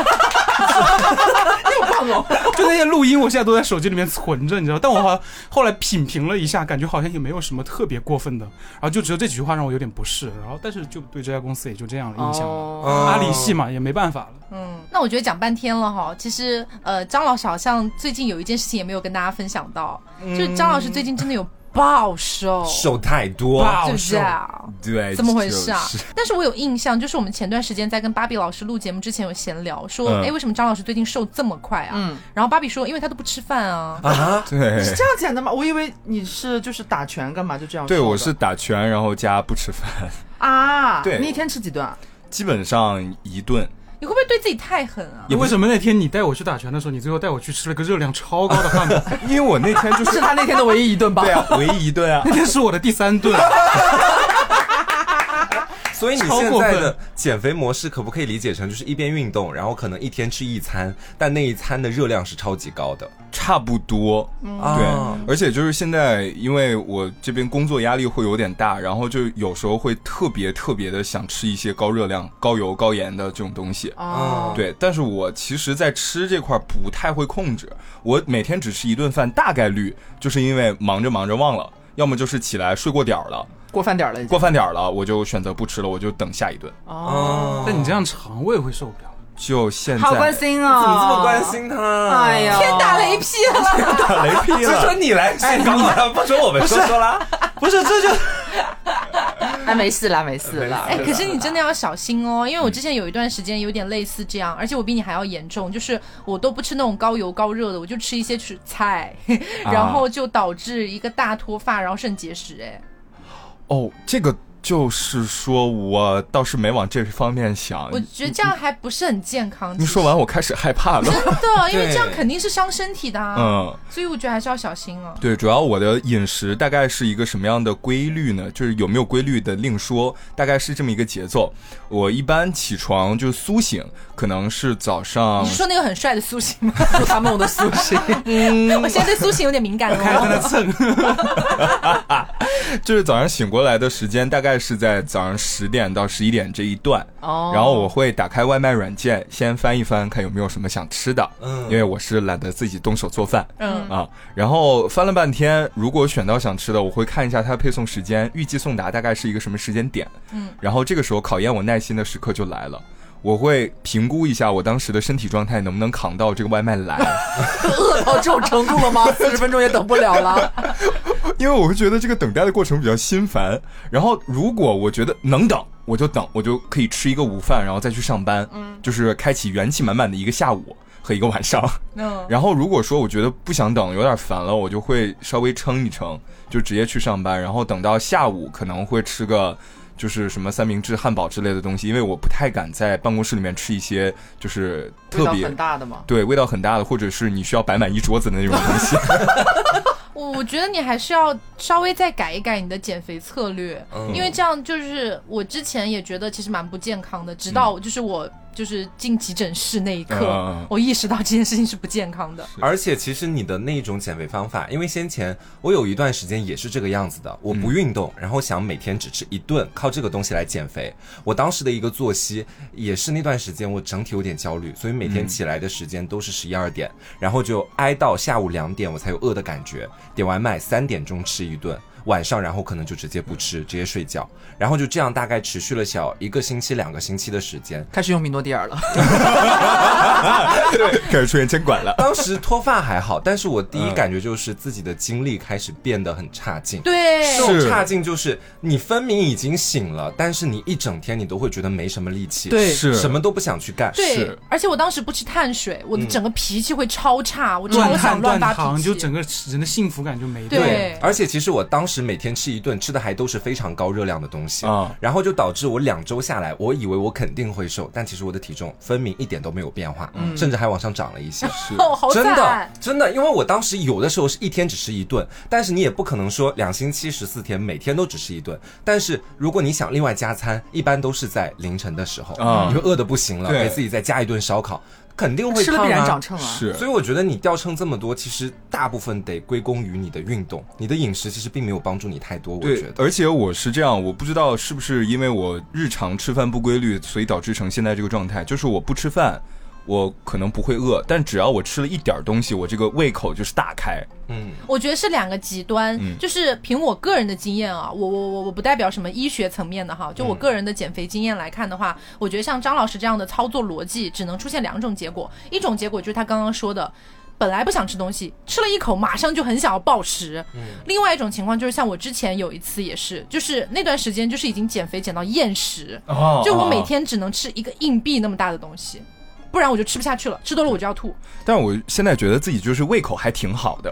Speaker 4: 就那些录音，我现在都在手机里面存着，你知道。但我好像后来品评了一下，感觉好像也没有什么特别过分的，然后就只有这几句话让我有点不适，然后但是就对这家公司也就这样了印象了。
Speaker 3: 哦，
Speaker 2: 哦
Speaker 4: 阿里系嘛，也没办法了。
Speaker 1: 嗯那我觉得讲半天了哈，其实呃，张老师好像最近有一件事情也没有跟大家分享到，就是张老师最近真的有暴瘦，
Speaker 2: 手太多，
Speaker 4: 哇
Speaker 1: 是
Speaker 4: 暴
Speaker 1: 不是
Speaker 4: 瘦
Speaker 1: 啊？
Speaker 5: 对，
Speaker 1: 怎么回事啊
Speaker 5: 就？是
Speaker 1: 但是我有印象，就是我们前段时间在跟芭比老师录节目之前有闲聊，说，
Speaker 5: 嗯
Speaker 1: 哎、为什么张老师最近瘦这么快啊？
Speaker 3: 嗯
Speaker 1: 然后芭比说，因为他都不吃饭啊。
Speaker 2: 啊，
Speaker 5: 对， (laughs)
Speaker 3: 是这样简单吗？我以为你是就是打拳干嘛就这样瘦
Speaker 5: 对，
Speaker 3: 的，
Speaker 5: 我是打拳，然后加不吃饭，
Speaker 3: 啊，
Speaker 5: 对
Speaker 3: 你一天吃几顿啊？ (laughs)
Speaker 5: 基本上一顿。
Speaker 1: 你会不会对自己太狠啊？
Speaker 4: 为什么那天你带我去打拳的时候，你最后带我去吃了个热量超高的汉堡？
Speaker 5: 因为我那天就
Speaker 3: (laughs) 这是
Speaker 5: 是
Speaker 3: 他那天的唯一一顿吧？
Speaker 5: 对啊，唯一一顿啊
Speaker 4: (laughs) 那，天是我的第三顿，
Speaker 2: 哦所以你
Speaker 4: 超
Speaker 2: 现
Speaker 4: 过
Speaker 2: 在
Speaker 4: 分
Speaker 2: 的减肥模式可不可以理解成就是一边运动，然后可能一天吃一餐，但那一餐的热量是超级高的？
Speaker 5: 差不多。
Speaker 3: 嗯
Speaker 5: 对
Speaker 3: 哦
Speaker 2: 啊，，
Speaker 5: 而且就是现在，因为我这边工作压力会有点大，然后就有时候会特别特别的想吃一些高热量、高油、高盐的这种东西。
Speaker 2: 啊
Speaker 3: 哦，
Speaker 5: 对，但是我其实，在吃这块儿不太会控制，我每天只吃一顿饭，大概率就是因为忙着忙着忘了，要么就是起来睡过点儿了，
Speaker 3: 过饭点儿了已经
Speaker 5: 嗯过。饭点儿了，我就选择不吃了，我就等下一顿。
Speaker 2: 哦，
Speaker 4: 但你这样肠胃会受不了。
Speaker 5: 就现在，
Speaker 3: 好关心啊！
Speaker 2: 怎么这么关？心他？
Speaker 3: 哎呀，
Speaker 1: 天打雷劈了！
Speaker 5: 打雷劈
Speaker 2: 这
Speaker 5: 了
Speaker 2: 说。你来，哎，刚好不准我们说说啦。
Speaker 4: 不是，这就
Speaker 3: 那哎没事啦，没事啦。
Speaker 1: 哎，可是你真的要小心哦，因为我之前有一段时间有点类似这样，而且我比你还要严重，就是我都不吃那种高油高热的，我就吃一些就是菜， (laughs) 然后就导致一个大脱发，然后肾结石。哎，
Speaker 5: 哦，这个就是说我倒是没往这方面想
Speaker 1: 我。觉得这样还不是很健康。
Speaker 5: 你说完，我开始害怕了
Speaker 1: 真。的，因为
Speaker 2: 对
Speaker 1: 这样肯定是伤身体的啊，
Speaker 5: (laughs) 嗯，
Speaker 1: 所以我觉得还是要小心哦。
Speaker 5: 对，主要我的饮食大概是一个什么样的规律呢？就是有没有规律的另说，大概是这么一个节奏。我一般起床就苏醒，可能是早上
Speaker 1: 你是说那个很帅的苏醒吗？
Speaker 3: 祝他梦的苏醒，
Speaker 1: (laughs) 我现在对苏醒有点敏感哦
Speaker 4: 开始在那
Speaker 1: 了。
Speaker 4: 蹭，
Speaker 5: (laughs) 就是早上醒过来的时间大概是在早上十点到十一点这一段，
Speaker 3: 哦
Speaker 5: 然后我会打开外卖软件，先翻一翻看有没有什么想吃的，
Speaker 2: 嗯
Speaker 5: 因为我是懒得自己动手做饭。
Speaker 1: 嗯，
Speaker 5: 啊，然后翻了半天，如果选到想吃的，我会看一下它配送时间，预计送达大概是一个什么时间点。
Speaker 1: 嗯，
Speaker 5: 然后这个时候考验我耐心的时刻就来了，我会评估一下我当时的身体状态能不能扛到这个外卖来。
Speaker 3: 饿到这种程度了吗？四十分钟也等不了了。
Speaker 5: 因为我会觉得这个等待的过程比较心烦。然后如果我觉得能等，我就等，我就可以吃一个午饭，然后再去上班。嗯，就是开启元气满满的一个下午和一个晚上。 (laughs)
Speaker 1: 嗯，
Speaker 5: 然后如果说我觉得不想等，有点烦了，我就会稍微撑一撑，就直接去上班。然后等到下午可能会吃个。就是什么三明治、汉堡之类的东西，因为我不太敢在办公室里面吃一些就是
Speaker 3: 味
Speaker 5: 特
Speaker 3: 道
Speaker 5: 别
Speaker 3: 很大的嘛。
Speaker 5: 对味道很大的，或者是你需要摆满一桌子的那种东西。 (laughs)
Speaker 1: 我我觉得你还是要稍微再改一改你的减肥策略，
Speaker 2: 嗯
Speaker 1: 因为这样就是我之前也觉得其实蛮不健康的，直到就是我就是进急诊室那一刻，
Speaker 5: 嗯
Speaker 1: 我意识到这件事情是不健康的。
Speaker 2: 而且其实你的那种减肥方法，因为先前我有一段时间也是这个样子的，我不运动，然后想每天只吃一顿，靠这个东西来减肥。我当时的一个作息也是那段时间我整体有点焦虑，所以每天起来的时间都是十一二点，然后就挨到下午两点我才有饿的感觉，点外卖三点钟吃一顿。晚上，然后可能就直接不吃，直接睡觉，然后就这样大概持续了小一个星期、两个星期的时间，
Speaker 3: 开始用米诺地尔了，
Speaker 5: 对，开始出现监管了。
Speaker 2: 当时脱发还好，但是我第一感觉就是自己的精力开始变得很差劲。
Speaker 1: 对，
Speaker 2: 这种
Speaker 5: 是
Speaker 2: 差劲就是你分明已经醒了，但是你一整天你都会觉得没什么力气，
Speaker 3: 对
Speaker 5: 是
Speaker 2: 什么都不想去干。
Speaker 1: 对
Speaker 5: 是，
Speaker 1: 而且我当时不吃碳水，我的整个脾气会超差，嗯我超
Speaker 4: 乱
Speaker 1: 想
Speaker 4: 看
Speaker 1: 乱
Speaker 4: 乱
Speaker 1: 发
Speaker 4: 糖，
Speaker 1: 脾
Speaker 4: 就
Speaker 1: 气。
Speaker 4: 整个人的幸福感就没了。
Speaker 1: 对
Speaker 2: 而且其实我当时每天吃一顿，吃的还都是非常高热量的东
Speaker 1: 嗯
Speaker 2: 西
Speaker 5: 啊
Speaker 2: 然后就导致我两周下来，我以为我肯定会瘦，但其实我的体重分明一点都没有变化，
Speaker 1: 嗯
Speaker 2: 甚至还往上涨了一些。
Speaker 1: 哦，好
Speaker 2: 真的
Speaker 1: 惨！
Speaker 2: 真的，因为我当时有的时候是一天只吃一顿，但是你也不可能说两星期十四天每天都只吃一顿。但是如果你想另外加餐，一般都是在凌晨的时候，
Speaker 5: 啊
Speaker 2: 你会饿得不行了，
Speaker 5: 对
Speaker 2: 给自己再加一顿烧烤，肯定会
Speaker 3: 吃了
Speaker 2: 胖
Speaker 3: 必然长
Speaker 2: 啊。
Speaker 3: 秤啊。
Speaker 5: 是，
Speaker 2: 所以我觉得你掉秤这么多，其实大部分得归功于你的运动，你的饮食其实并没有帮助你太多。我
Speaker 5: 对
Speaker 2: 觉，得，
Speaker 5: 而且我是这样，我不知道是不是因为我日常吃饭不规律，所以导致成现在这个状态。就是我不吃饭，我可能不会饿，但只要我吃了一点儿东西，我这个胃口就是大开。
Speaker 2: 嗯，
Speaker 1: 我觉得是两个极端，就是凭我个人的经验啊，我我我我不代表什么医学层面的哈，就我个人的减肥经验来看的话，我觉得像张老师这样的操作逻辑，只能出现两种结果，一种结果就是他刚刚说的。本来不想吃东西，吃了一口，马上就很想要暴食。另外一种情况就是像我之前有一次也是，就是那段时间就是已经减肥减到厌食，
Speaker 5: 哦
Speaker 1: 就我每，天只能吃一个硬币那么大的东西，不然我就吃不下去了，吃多了我就要吐。
Speaker 5: 但我现在觉得自己就是胃口还挺
Speaker 2: (laughs)
Speaker 5: 好的，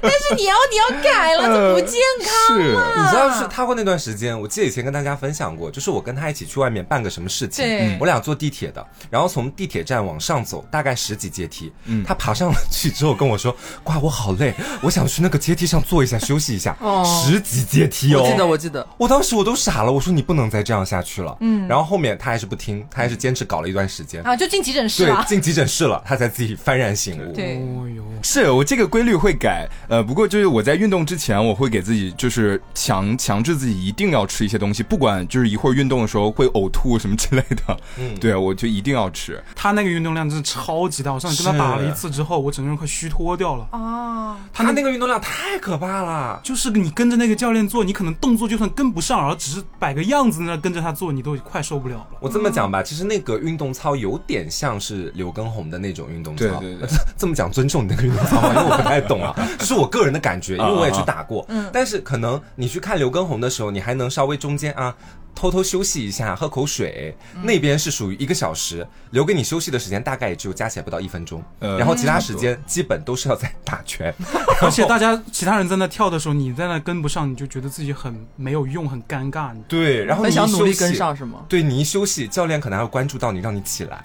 Speaker 1: 但是你要你要改了，这不健康。
Speaker 5: 是
Speaker 2: 你知道是
Speaker 3: 嗯
Speaker 2: 他过那段时间，我记得以前跟大家分享过，就是我跟他一起去外面办个什么事情，
Speaker 1: 对
Speaker 2: 我俩坐地铁的，然后从地铁站往上走，大概十几阶梯，他爬上了去之后跟我说：“哇，我好累，我想去那个阶梯上坐一下休息一下。
Speaker 3: 哦
Speaker 2: 十几阶梯哦，
Speaker 3: 我记得，我记得，
Speaker 2: 我当时我都傻了，我说你不能再这样下去了。嗯，然后后面他还是不听，他还是坚持搞了一段时间，
Speaker 1: 啊，就进急诊室
Speaker 2: 对，
Speaker 1: 了。
Speaker 2: 进急诊室了，他才自己幡然醒悟。
Speaker 1: 对，
Speaker 4: 哦呦，
Speaker 5: 是我这个规律会改，呃，不过就是我在运动之前，我会给自己就是强强制自己一定要吃一些东西，不管就是一会儿运动的时候会呕吐什么之类的，
Speaker 2: 嗯
Speaker 5: 对啊我就一定要吃。
Speaker 4: 他那个运动量真的超级大，我上次跟他打了一次之后，我整个人快虚脱掉了。
Speaker 1: 哦，
Speaker 2: 他那个运动量太可怕了。
Speaker 4: 就是你跟着那个教练做，你可能动作就算
Speaker 5: (laughs)
Speaker 4: 跟不上，然后只是摆个样子在那跟着他做，你都快受不了了。
Speaker 3: 嗯
Speaker 2: 我这么讲吧，其实那个运动操有点像是刘畊宏的那种运动操。
Speaker 5: 对对对
Speaker 2: 这么讲尊重你那个运动操吗？因为我不太懂 (laughs) 啊，这是我个人的感觉，因为我也去打过。
Speaker 3: 嗯
Speaker 2: 但是可能你去看刘畊宏的时候，你还能稍微中间啊。偷偷休息一下，喝口水。
Speaker 3: 嗯
Speaker 2: 那边是属于一个小时，留给你休息的时间大概也只有加起来不到一分钟，
Speaker 5: 呃
Speaker 2: 然后其他
Speaker 5: 差不
Speaker 2: 时
Speaker 5: 多
Speaker 2: 间基本都是要在打拳。
Speaker 4: 而且大家其他人在那跳的时候，你在那跟不上，你就觉得自己很没有用，很尴尬。你
Speaker 2: 对，然后
Speaker 3: 很
Speaker 2: 你一
Speaker 3: 想努力
Speaker 2: 休息
Speaker 3: 跟上是吗？
Speaker 2: 对你一休息，教练可能还会关注到你，让你起来。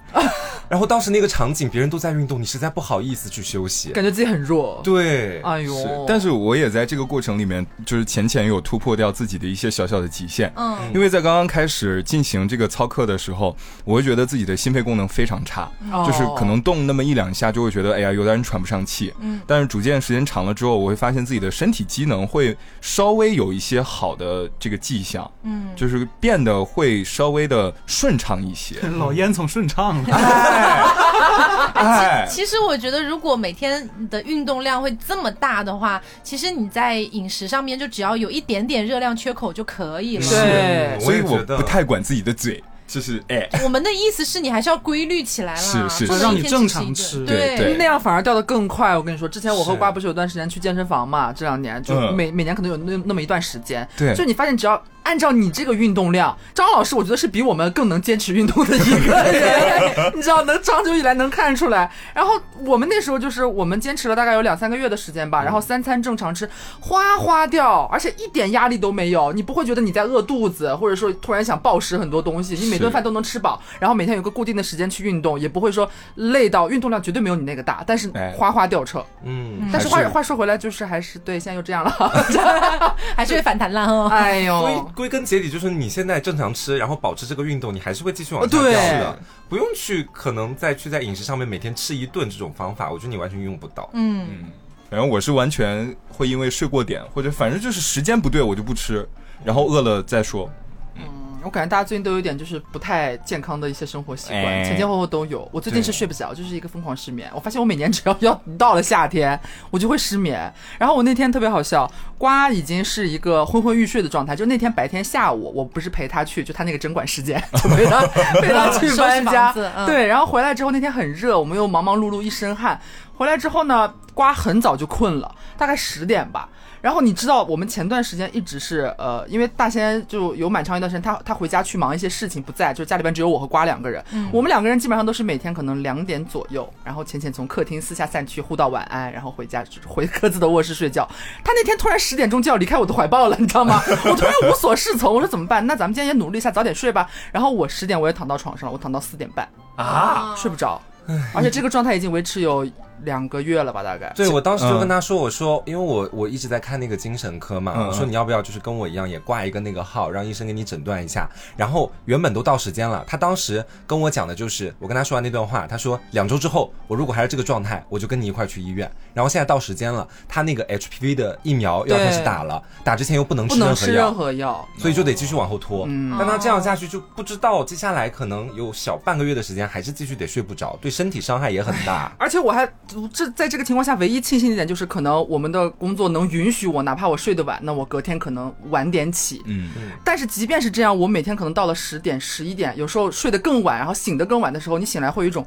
Speaker 2: 然后当时那个场景，别人都在运动，你实在不好意思去休息。
Speaker 3: 感觉自己很弱。，
Speaker 2: 对，
Speaker 3: 哎呦
Speaker 5: 是，，但是我也在这个过程里面，就是浅浅有突破掉自己的一些小小的极限。
Speaker 1: 嗯，
Speaker 5: 因为在刚刚开始进行这个操课的时候，我会觉得自己的心肺功能非常差，
Speaker 3: 哦
Speaker 5: 就是可能动那么一两下就会觉得哎呀有点喘不上气。
Speaker 1: 嗯
Speaker 5: 但是逐渐时间长了之后，我会发现自己的身体机能会稍微有一些好的这个迹象，
Speaker 1: 嗯，
Speaker 5: 就是变得会稍微的顺畅一
Speaker 1: (laughs)
Speaker 5: 些。
Speaker 4: 老烟囱顺畅了，
Speaker 5: (laughs) 哎，
Speaker 1: 其实我觉得，如果每天的运动量会这么大的话，其实你在饮食上面就只要有一点点热量缺口就可以了。
Speaker 3: 对
Speaker 2: 嗯
Speaker 5: 所以
Speaker 2: 也
Speaker 5: 我
Speaker 2: 觉得
Speaker 5: 不太管自己的嘴，就是哎，
Speaker 1: 我们的意思是你还是要规律起来啦，
Speaker 5: 是是
Speaker 1: 不能
Speaker 5: 是
Speaker 1: 一天
Speaker 4: 让你正
Speaker 1: 只
Speaker 4: 常
Speaker 1: 吃一顿
Speaker 4: 吃
Speaker 5: 对对
Speaker 3: 那样反而掉的更快。我跟你说，之前我和
Speaker 2: 是
Speaker 3: 瓜不是有段时间去健身房嘛？这两年就
Speaker 5: 嗯
Speaker 3: 每、每年可能有那那么一段时间，
Speaker 5: 对
Speaker 3: 就你发现只要按照你这个运动量，张老师我觉得是比我们更能坚持运动的一个人， (laughs) 你知道，能长久以来能看出来。然后我们那时候就是我们坚持了大概有两三个月的时间吧，然
Speaker 5: 嗯
Speaker 3: 后三餐正常吃，哗哗掉，而且一点压力都没有，你不会觉得你在饿肚子，或者说突然想暴食很多东西，你每顿
Speaker 5: 是
Speaker 3: 饭都能吃饱，然后每天有个固定的时间去运动，也不会说累到运动量绝对没有你那个大，但是
Speaker 5: 哎
Speaker 3: 哗哗掉秤。
Speaker 2: 嗯，
Speaker 3: 但是
Speaker 5: 还
Speaker 3: 话
Speaker 5: 是
Speaker 3: 话说回来，就是还是对，现在又这样了， (laughs)
Speaker 1: 还是会反弹啦哦。
Speaker 3: 哎
Speaker 2: 归
Speaker 3: 呦，
Speaker 2: 归根结底就是你现在正常吃，然后保持这个运动，你还是会继续往
Speaker 3: 呃
Speaker 2: 下掉
Speaker 3: 对
Speaker 2: 的。不用去可能再去在饮食上面每天吃一顿这种方法，我觉得你完全用不到。
Speaker 1: 嗯，
Speaker 5: 反正我是完全会因为睡过点，或者反正就是时间不对，我就不吃，然后饿了再说。
Speaker 3: 我感觉大家最近都有点就是不太健康的一些生活习惯，
Speaker 5: 哎
Speaker 3: 前前后后都有。我最近
Speaker 5: 对
Speaker 3: 是睡不着，就是一个疯狂失眠。我发现我每年只要要到了夏天，我就会失眠。然后我那天特别好笑，瓜已经是一个昏昏欲睡的状态。就那天白天下午，我不是陪他去，就他那个针管事件，就陪 (laughs) 他陪他
Speaker 1: (laughs)
Speaker 3: 去
Speaker 1: 收拾
Speaker 3: 搬
Speaker 1: 房
Speaker 3: 家
Speaker 1: 子，嗯
Speaker 3: 对。然后回来之后那天很热，我们又忙忙碌碌一身汗。回来之后呢，瓜很早就困了，大概十点吧。然后你知道，我们前段时间一直是呃，因为大仙就有蛮长一段时间，他他回家去忙一些事情不在，就家里边只有我和瓜两个人。
Speaker 1: 嗯
Speaker 3: 我们两个人基本上都是每天可能两点左右，然后浅浅从客厅私下散去互道晚安，然后回家回各自的卧室睡觉。他那天突然十点钟就要离开我的怀抱了，你知道吗？ (laughs) 我突然无所适从，我说怎么办？那咱们今天也努力一下，早点睡吧。然后我十点我也躺到床上了，我躺到四点半啊，睡不着，而且这个状态已经维持有两个月了吧，大概。
Speaker 2: 对，我当时就跟他说，我说，因为我我一直在看那个精神科嘛，
Speaker 5: 嗯
Speaker 2: 我说你要不要就是跟我一样也挂一个那个号，让医生给你诊断一下。然后原本都到时间了，他当时跟我讲的就是，我跟他说完那段话，他说两周之后我如果还是这个状态，我就跟你一块去医院。然后现在到时间了，他那个 HPV 的疫苗要开始打了，打之前又不能
Speaker 3: 不
Speaker 2: 吃
Speaker 3: 能
Speaker 2: 任何
Speaker 3: 吃任
Speaker 2: 药。
Speaker 3: 何药，
Speaker 2: 所以就得继续往后拖，
Speaker 3: 嗯
Speaker 2: 但他这样下去就不知道接下来可能有小半个月的时间还是继续得睡不着，对身体伤害也很大。
Speaker 3: 而且我还这在这个情况下，唯一庆幸的一点就是，可能我们的工作能允许我，哪怕我睡得晚，那我隔天可能晚点起。
Speaker 5: 嗯，
Speaker 3: 但是即便是这样，我每天可能到了十点、十一点，有时候睡得更晚，然后醒得更晚的时候，你醒来会有一种，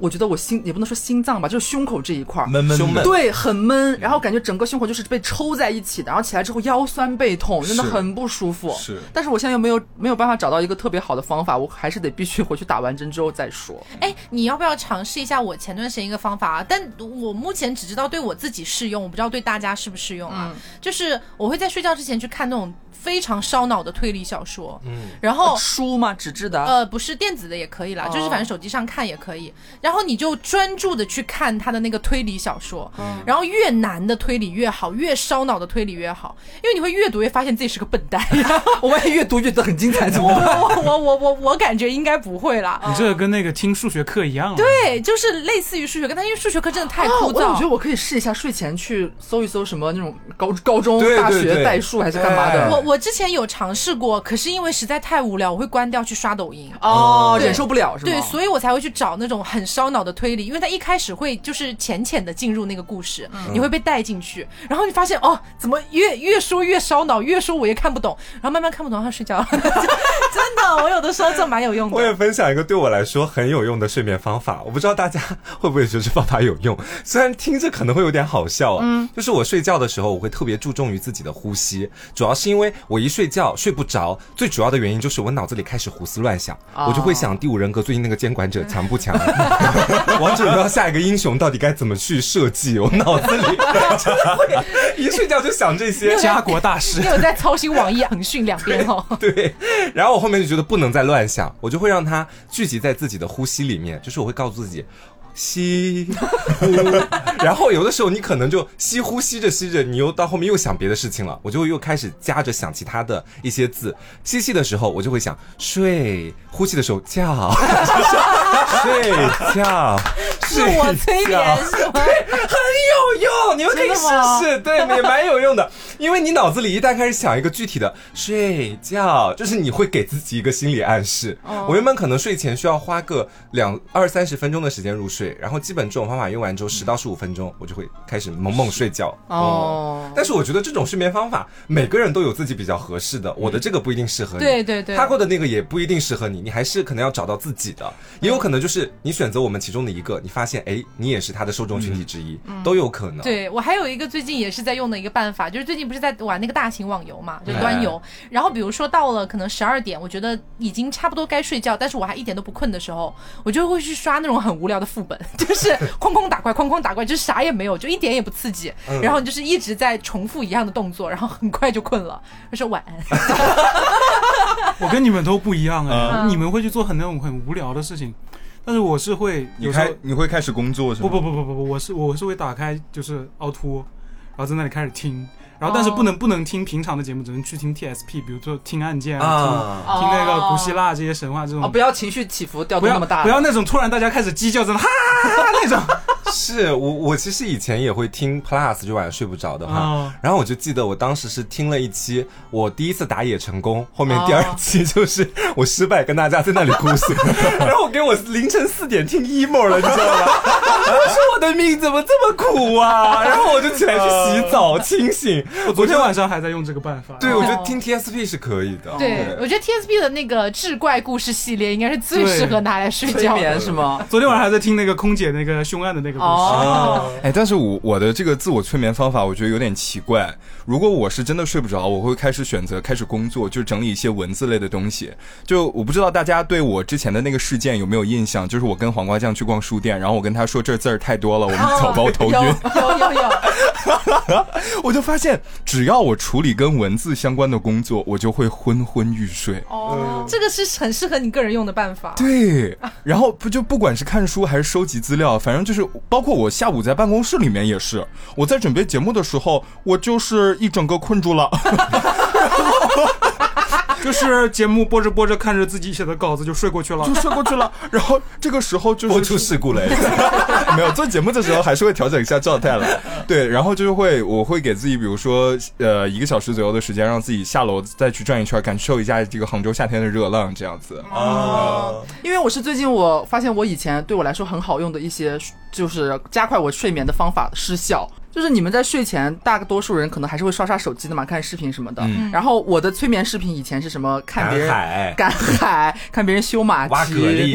Speaker 3: 我觉得我心也不能说心脏吧，就是胸口这一块儿
Speaker 5: 闷闷
Speaker 2: 胸闷
Speaker 5: 的，
Speaker 3: (laughs) 对，很闷，然后感觉整个胸口就是被抽在一起的，然后起来之后腰酸背痛，真的
Speaker 5: 是
Speaker 3: 很不舒服。
Speaker 5: 是
Speaker 3: 但是我现在又没有没有办法找到一个特别好的方法，我还是得必须回去打完针之后再说。
Speaker 1: 哎，你要不要尝试一下我前段时间一个方法啊？但我目前只知道对我自己适用，我不知道对大家适不适用啊。就是我会在睡觉之前去看那种非常烧脑的推理小说，嗯，然后
Speaker 3: 书嘛，纸质的，
Speaker 1: 呃，不是电子的也可以啦，就是反正手机上看也可以。然后你就专注的去看他的那个推理小说，然后越难的推理越好，越烧脑的推理越好，因为你会越读越发现自己是个笨蛋。
Speaker 3: (laughs)
Speaker 1: (laughs)
Speaker 3: 我万一越读越得很精彩，怎
Speaker 1: 我
Speaker 3: 么办？
Speaker 1: 我我我我我感觉应该不会啦。
Speaker 4: 你这个跟那个听数学课一样啊。对
Speaker 1: 对，就是类似于数学课，但因为数学课真的太
Speaker 3: 哦
Speaker 1: 枯
Speaker 3: 我
Speaker 1: 燥。
Speaker 3: (laughs) 我觉得我可以试一下，睡前去搜一搜什么那种高高中、
Speaker 2: 对
Speaker 3: 大
Speaker 2: 对
Speaker 3: 学
Speaker 2: 对
Speaker 3: 代数还是干嘛的。
Speaker 2: 哎
Speaker 1: 我我之前有尝试过，可是因为实在太无聊，我会关掉去刷抖音。
Speaker 3: 哦，
Speaker 1: 对
Speaker 3: 忍受不了是吗？
Speaker 1: 对，所以我才会去找那种很烧脑的推理，因为他一开始会就是浅浅的进入那个故事，你会被带进去，然后你发现啊哦，怎么越越说越烧脑，越说我越看不懂，然后慢慢看不懂，然后睡觉了， (laughs) 真的，我有的时候就蛮有用
Speaker 2: 我
Speaker 1: 的。
Speaker 2: 也分享一个对我来说很有用的睡眠方法，我不知道大家会不会觉得这方法有
Speaker 1: (laughs)
Speaker 2: 用，虽然听着可能会有点好笑啊。
Speaker 1: 嗯
Speaker 2: 就是我睡觉的时候，我会特别注重于自己的呼吸，主要是因为我一睡觉睡不着，最主要的原因就是我脑子里开始胡思乱想，
Speaker 1: 哦
Speaker 2: 我就会想第五人格最近那个监管者强
Speaker 1: (laughs)
Speaker 2: 不强，王者荣耀下一个英雄到底该怎么去设计，我脑子
Speaker 1: (laughs)
Speaker 2: 里 (laughs) 一睡觉就想这些。
Speaker 4: 家国大事
Speaker 1: 你。有在操心网易、腾讯两边哦？
Speaker 2: (laughs) 对，然后我后面就觉得不能再乱想，我就会让它聚集在自己的呼吸里面，就是我会告诉自己。吸，呼，然后有的时候你可能就吸呼吸着吸着，你又到后面又想别的事情了，我就又开始夹着想其他的一些字。吸气的时候我就会想睡，呼气的时候觉，就是 (laughs) 睡觉，
Speaker 1: 是我催眠是吗？
Speaker 2: 啊很有用，你们可以
Speaker 1: 真的吗
Speaker 2: 试试，对，也蛮有用的。因为你脑子里一旦开始想一个具体的睡觉，就是你会给自己一个心理暗示。
Speaker 1: 哦
Speaker 2: 我原本可能睡前需要花个两二三十分钟的时间入睡，然后基本这种方法用完之后，十到十五分钟我就会开始猛猛睡觉。
Speaker 3: 哦
Speaker 2: 但是我觉得这种睡眠方法，每个人都有自己比较合适的，我的这个不一定适合
Speaker 1: 嗯
Speaker 2: 你，
Speaker 1: 对对对
Speaker 2: 他过的那个也不一定适合你，你还是可能要找到自己的，也有可能就是你选择我们其中的一个，你发现哎，你也是他的受众群
Speaker 1: 嗯
Speaker 2: 体之一，都有可能。，
Speaker 1: 对我还有一个最近也是在用的一个办法，就是最近不是在玩那个大型网游嘛，就端游。然后比如说到了可能十二点，我觉得已经差不多该睡觉，但是我还一点都不困的时候，我就会去刷那种很无聊的副本， (laughs) 就是哐哐打怪，哐哐打怪，就是啥也没有，就一点也不刺激。
Speaker 3: 嗯
Speaker 1: 然后你就是一直在重复一样的动作，然后很快就困了。我说晚安，
Speaker 4: 我跟你们都不一样哎、
Speaker 1: 嗯
Speaker 4: 你们会去做很那种很无聊的事情，但是我是会
Speaker 5: 你
Speaker 4: 有时候
Speaker 5: 开你会开始工作是吗？
Speaker 4: 不不不不不不，我是我是会打开就是凹凸，然后在那里开始听，然后但是不
Speaker 1: 哦
Speaker 4: 能、不能听平常的节目，只能去听 TSP，比如说听案件
Speaker 2: 啊
Speaker 4: 听听那个古希腊这些神话这种。
Speaker 3: 哦，不要情绪起伏调
Speaker 4: 啊不
Speaker 3: 动
Speaker 4: 要
Speaker 3: 那么大，
Speaker 4: 不要那种突然大家开始鸡叫，真的哈哈哈哈那 (laughs) 种。
Speaker 2: 是我我其实以前也会听 Plus，就晚上睡不着的话，
Speaker 4: 哦
Speaker 2: 然后我就记得我当时是听了一期，我第一次打野成功，后面第二期就是我失败，跟大家在那里哭诉，然后我给我凌晨四点听 emo 了，你知道吗？我说我的命怎么这么苦啊？然后我就起来去洗澡清醒。
Speaker 4: 我昨天晚上还在用这个办法。
Speaker 2: 对，我觉得听 TSP 是可以的。
Speaker 1: 对我觉得 TSP 的那个志怪故事系列应该是最
Speaker 4: 对
Speaker 1: 适合拿来睡
Speaker 3: 催
Speaker 1: 觉的
Speaker 3: 眠。是吗？
Speaker 4: 昨天晚上还在听那个空姐那个凶案的那个故事。
Speaker 3: 哦，
Speaker 5: 哎，但是我我的这个自我催眠方法，我觉得有点奇怪。如果我是真的睡不着，我会开始选择开始工作，就整理一些文字类的东西。就我不知道大家对我之前的那个事件有没有印象？就是我跟黄瓜酱去逛书店，然后我跟他说这字儿太多了，我们草包头晕。
Speaker 1: (laughs) 有有有有，
Speaker 5: 我就发现，只要我处理跟文字相关的工作，我就会昏昏欲睡。
Speaker 3: 嗯
Speaker 1: 哦，这个是很适合你个人用的办法。
Speaker 2: (laughs)
Speaker 5: 对，然后不就不管是看书还是收集资料，反正就是包括我下午在办公室里面也是，我在准备节目的时候，我就是一整个困住了。 (laughs)
Speaker 4: 就是节目播着播着，看着自己写的稿子就睡过去了。
Speaker 5: 就睡过去了。然后这个时候就是
Speaker 2: 播出事故了，
Speaker 5: (laughs) 没有做节目的时候还是会调整一下状态了。对，然后就是会我会给自己，比如说呃一个小时左右的时间，让自己下楼再去转一圈，感受一下这个杭州夏天的热浪，这样子。
Speaker 2: 哦，
Speaker 3: 因为我是最近我发现我以前对我来说很好用的一些，就是加快我睡眠的方法失效。就是你们在睡前，大多数人可能还是会刷刷手机的嘛，看视频什么的。
Speaker 5: 嗯
Speaker 3: 然后我的催眠视频以前是什么？看别人
Speaker 2: 赶海
Speaker 3: 赶海，看别人修马蹄，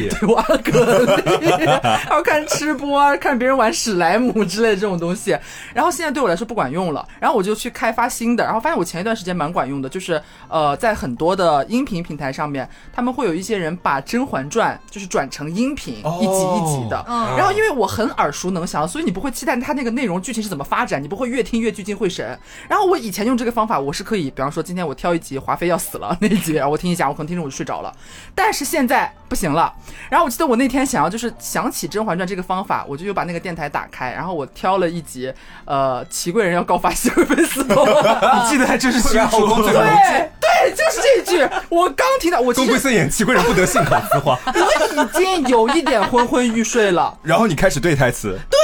Speaker 2: 哎挖蛤蜊
Speaker 3: (laughs) 对，挖蛤蜊， (laughs) 然后看吃播，看别人玩史莱姆之类的这种东西。然后现在对我来说不管用了，然后我就去开发新的，然后发现我前一段时间蛮管用的，就是呃，在很多的音频平台上面，他们会有一些人把《甄嬛传》就是转成音频，
Speaker 2: 哦
Speaker 3: 一集一集的。
Speaker 1: 嗯
Speaker 3: 然后因为我很耳熟能详，所以你不会期待它那个内容剧情是怎么发展，你不会越听越聚精会神。然后我以前用这个方法，我是可以，比方说今天我挑一集华妃要死了那一集，然后我听一下，我可能听着我就睡着了。但是现在不行了。然后我记得我那天想要就是想起《甄嬛传》这个方法，我就又把那个电台打开，然后我挑了一集，呃，祺贵人要告发熹贵妃死后。
Speaker 4: 你记得还真是清
Speaker 2: 然后
Speaker 4: 楚
Speaker 2: 工。作
Speaker 3: 对
Speaker 2: 人
Speaker 3: (laughs)
Speaker 2: 员
Speaker 3: 对，就是这一句，我刚听
Speaker 5: (laughs)
Speaker 3: 到，我其
Speaker 2: 公贵
Speaker 3: 实
Speaker 2: 森演祺贵人不得信口雌黄，
Speaker 3: 我已经有一点昏昏欲睡了。
Speaker 5: 然后你开始对台词，
Speaker 3: 对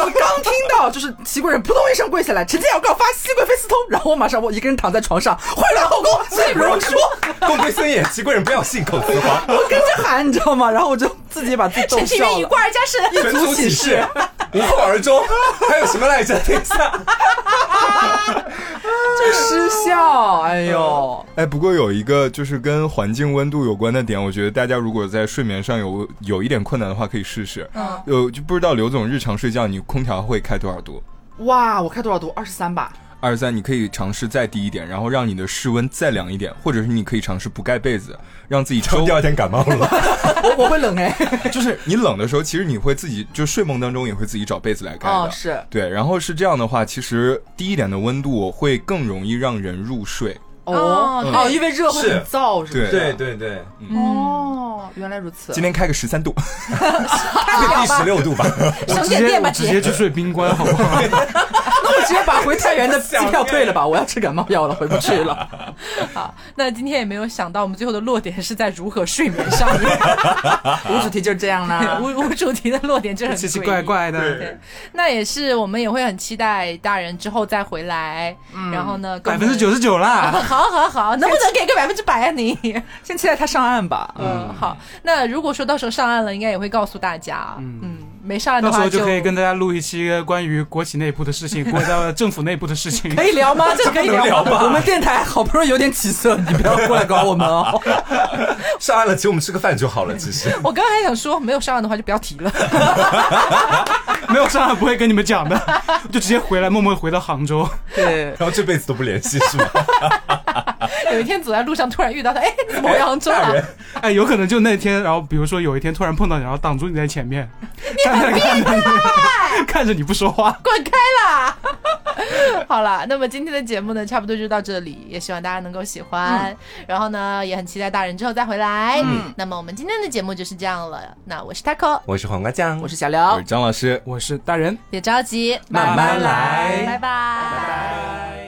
Speaker 3: 我刚听到，就是祺贵人扑通一声跪下来，直接要告发熹贵妃私通，然后我马上我一个人躺在床上，混乱后宫，罪不容诛，
Speaker 2: 公贵森演祺贵人不要信口雌黄。
Speaker 3: 我跟着喊，你知道吗？然后我就自己
Speaker 1: (laughs)
Speaker 3: 把自己逗
Speaker 1: 陈情
Speaker 3: 笑
Speaker 1: 愿以
Speaker 3: 了。
Speaker 1: 挂而家神。
Speaker 2: 全
Speaker 3: 族
Speaker 2: 族
Speaker 3: 喜
Speaker 2: 喜
Speaker 3: 事
Speaker 2: (laughs) 事，无后而终，还有什么来着？等一下，
Speaker 3: 这失效，哎呦，
Speaker 5: 哎，不过有一个就是跟环境温度有关的点，我觉得大家如果在睡眠上有有一点困难的话，可以试试。
Speaker 1: 嗯
Speaker 5: 有就不知道刘总日常睡觉你空调会开多少度？
Speaker 3: 哇，我开多少度？二十三吧。
Speaker 5: 二十三，你可以尝试再低一点，然后让你的室温再凉一点，或者是你可以尝试不盖被子，让自己周
Speaker 2: 第二天感冒了，
Speaker 3: 我我会冷哎。
Speaker 5: (laughs) 就是你冷的时候，其实你会自己就睡梦当中也会自己找被子来盖的。
Speaker 3: 哦，是
Speaker 5: 对，然后是这样的话，其实低一点的温度会更容易让人入睡。
Speaker 1: 哦
Speaker 3: 哦
Speaker 1: 对
Speaker 3: 哦，因为热会很燥，是不是？
Speaker 5: 对
Speaker 2: 对对，
Speaker 3: 哦，原来如此。
Speaker 5: 今天开个十三度，
Speaker 2: 第十六度吧。
Speaker 4: 我
Speaker 1: 省
Speaker 4: 直
Speaker 1: 点
Speaker 4: 接
Speaker 1: 电吧
Speaker 4: 我嗯直接
Speaker 1: 姐。
Speaker 4: 去睡冰棺，好不
Speaker 1: (laughs)
Speaker 4: 好？
Speaker 3: 那我直接把回太原的机票退了吧，我要吃感冒药了，回不去了。
Speaker 1: 好，那今天也没有想到我们最后的落点是在如何睡眠上
Speaker 4: (laughs)
Speaker 1: 面，
Speaker 3: 无主题就是这样啦。
Speaker 1: (laughs) 无无主题的落点就是很
Speaker 4: 啊奇奇
Speaker 1: 诡异
Speaker 4: 怪怪的，
Speaker 1: 对，那也是我们也会很期待大人之后再回来，然后呢，
Speaker 4: 嗯百分之九
Speaker 1: 十，
Speaker 4: 十嗯九啦。
Speaker 1: 好好好，能不能给个百分之百啊你？
Speaker 3: 先期待他上岸吧。
Speaker 1: 嗯，好，那如果说到时候上岸了，应该也会告诉大家，嗯，没上岸的
Speaker 4: 到时
Speaker 1: 话
Speaker 4: 候就可以跟大家录一期关于国企内部的事情，国家政府内部的事情。 (laughs)
Speaker 3: 可以聊 (laughs) 吗？这个可以聊吗？我们电台好不容易有点起色，你不要过来搞我们哦。
Speaker 2: 上岸了，请我们吃个饭就好了。其实
Speaker 1: 我刚才还想说，没有上岸的话就不要提了。 (laughs)
Speaker 4: 没有上海不会跟你们讲的，就直接回来默默回到杭州。
Speaker 3: (laughs) 对，
Speaker 2: 然后这辈子都不联系是吗？
Speaker 1: 有一天走在路上，突然遇到他，哎，你怎么回扬州
Speaker 2: 大
Speaker 1: 了？
Speaker 2: 人，
Speaker 4: 哎，有可能就那天，然后比如说有一天突然碰到你，然后挡住你在前面，站在那看着你， (laughs) 看着你不说话。
Speaker 1: 滚开啦！好了， (laughs) 那么今天的节目呢，差不多就到这里，也希望大家能够喜欢。然后呢，也很期待大人之后再回来。嗯，那么我们今天的节目就是这样了。那我是 Taco，
Speaker 2: 我是黄瓜酱，
Speaker 3: 我是小刘
Speaker 5: 我是。张老师，
Speaker 4: 我是大人，
Speaker 1: 别着急，
Speaker 3: 慢慢
Speaker 4: 来
Speaker 1: 拜拜。拜拜
Speaker 4: 拜。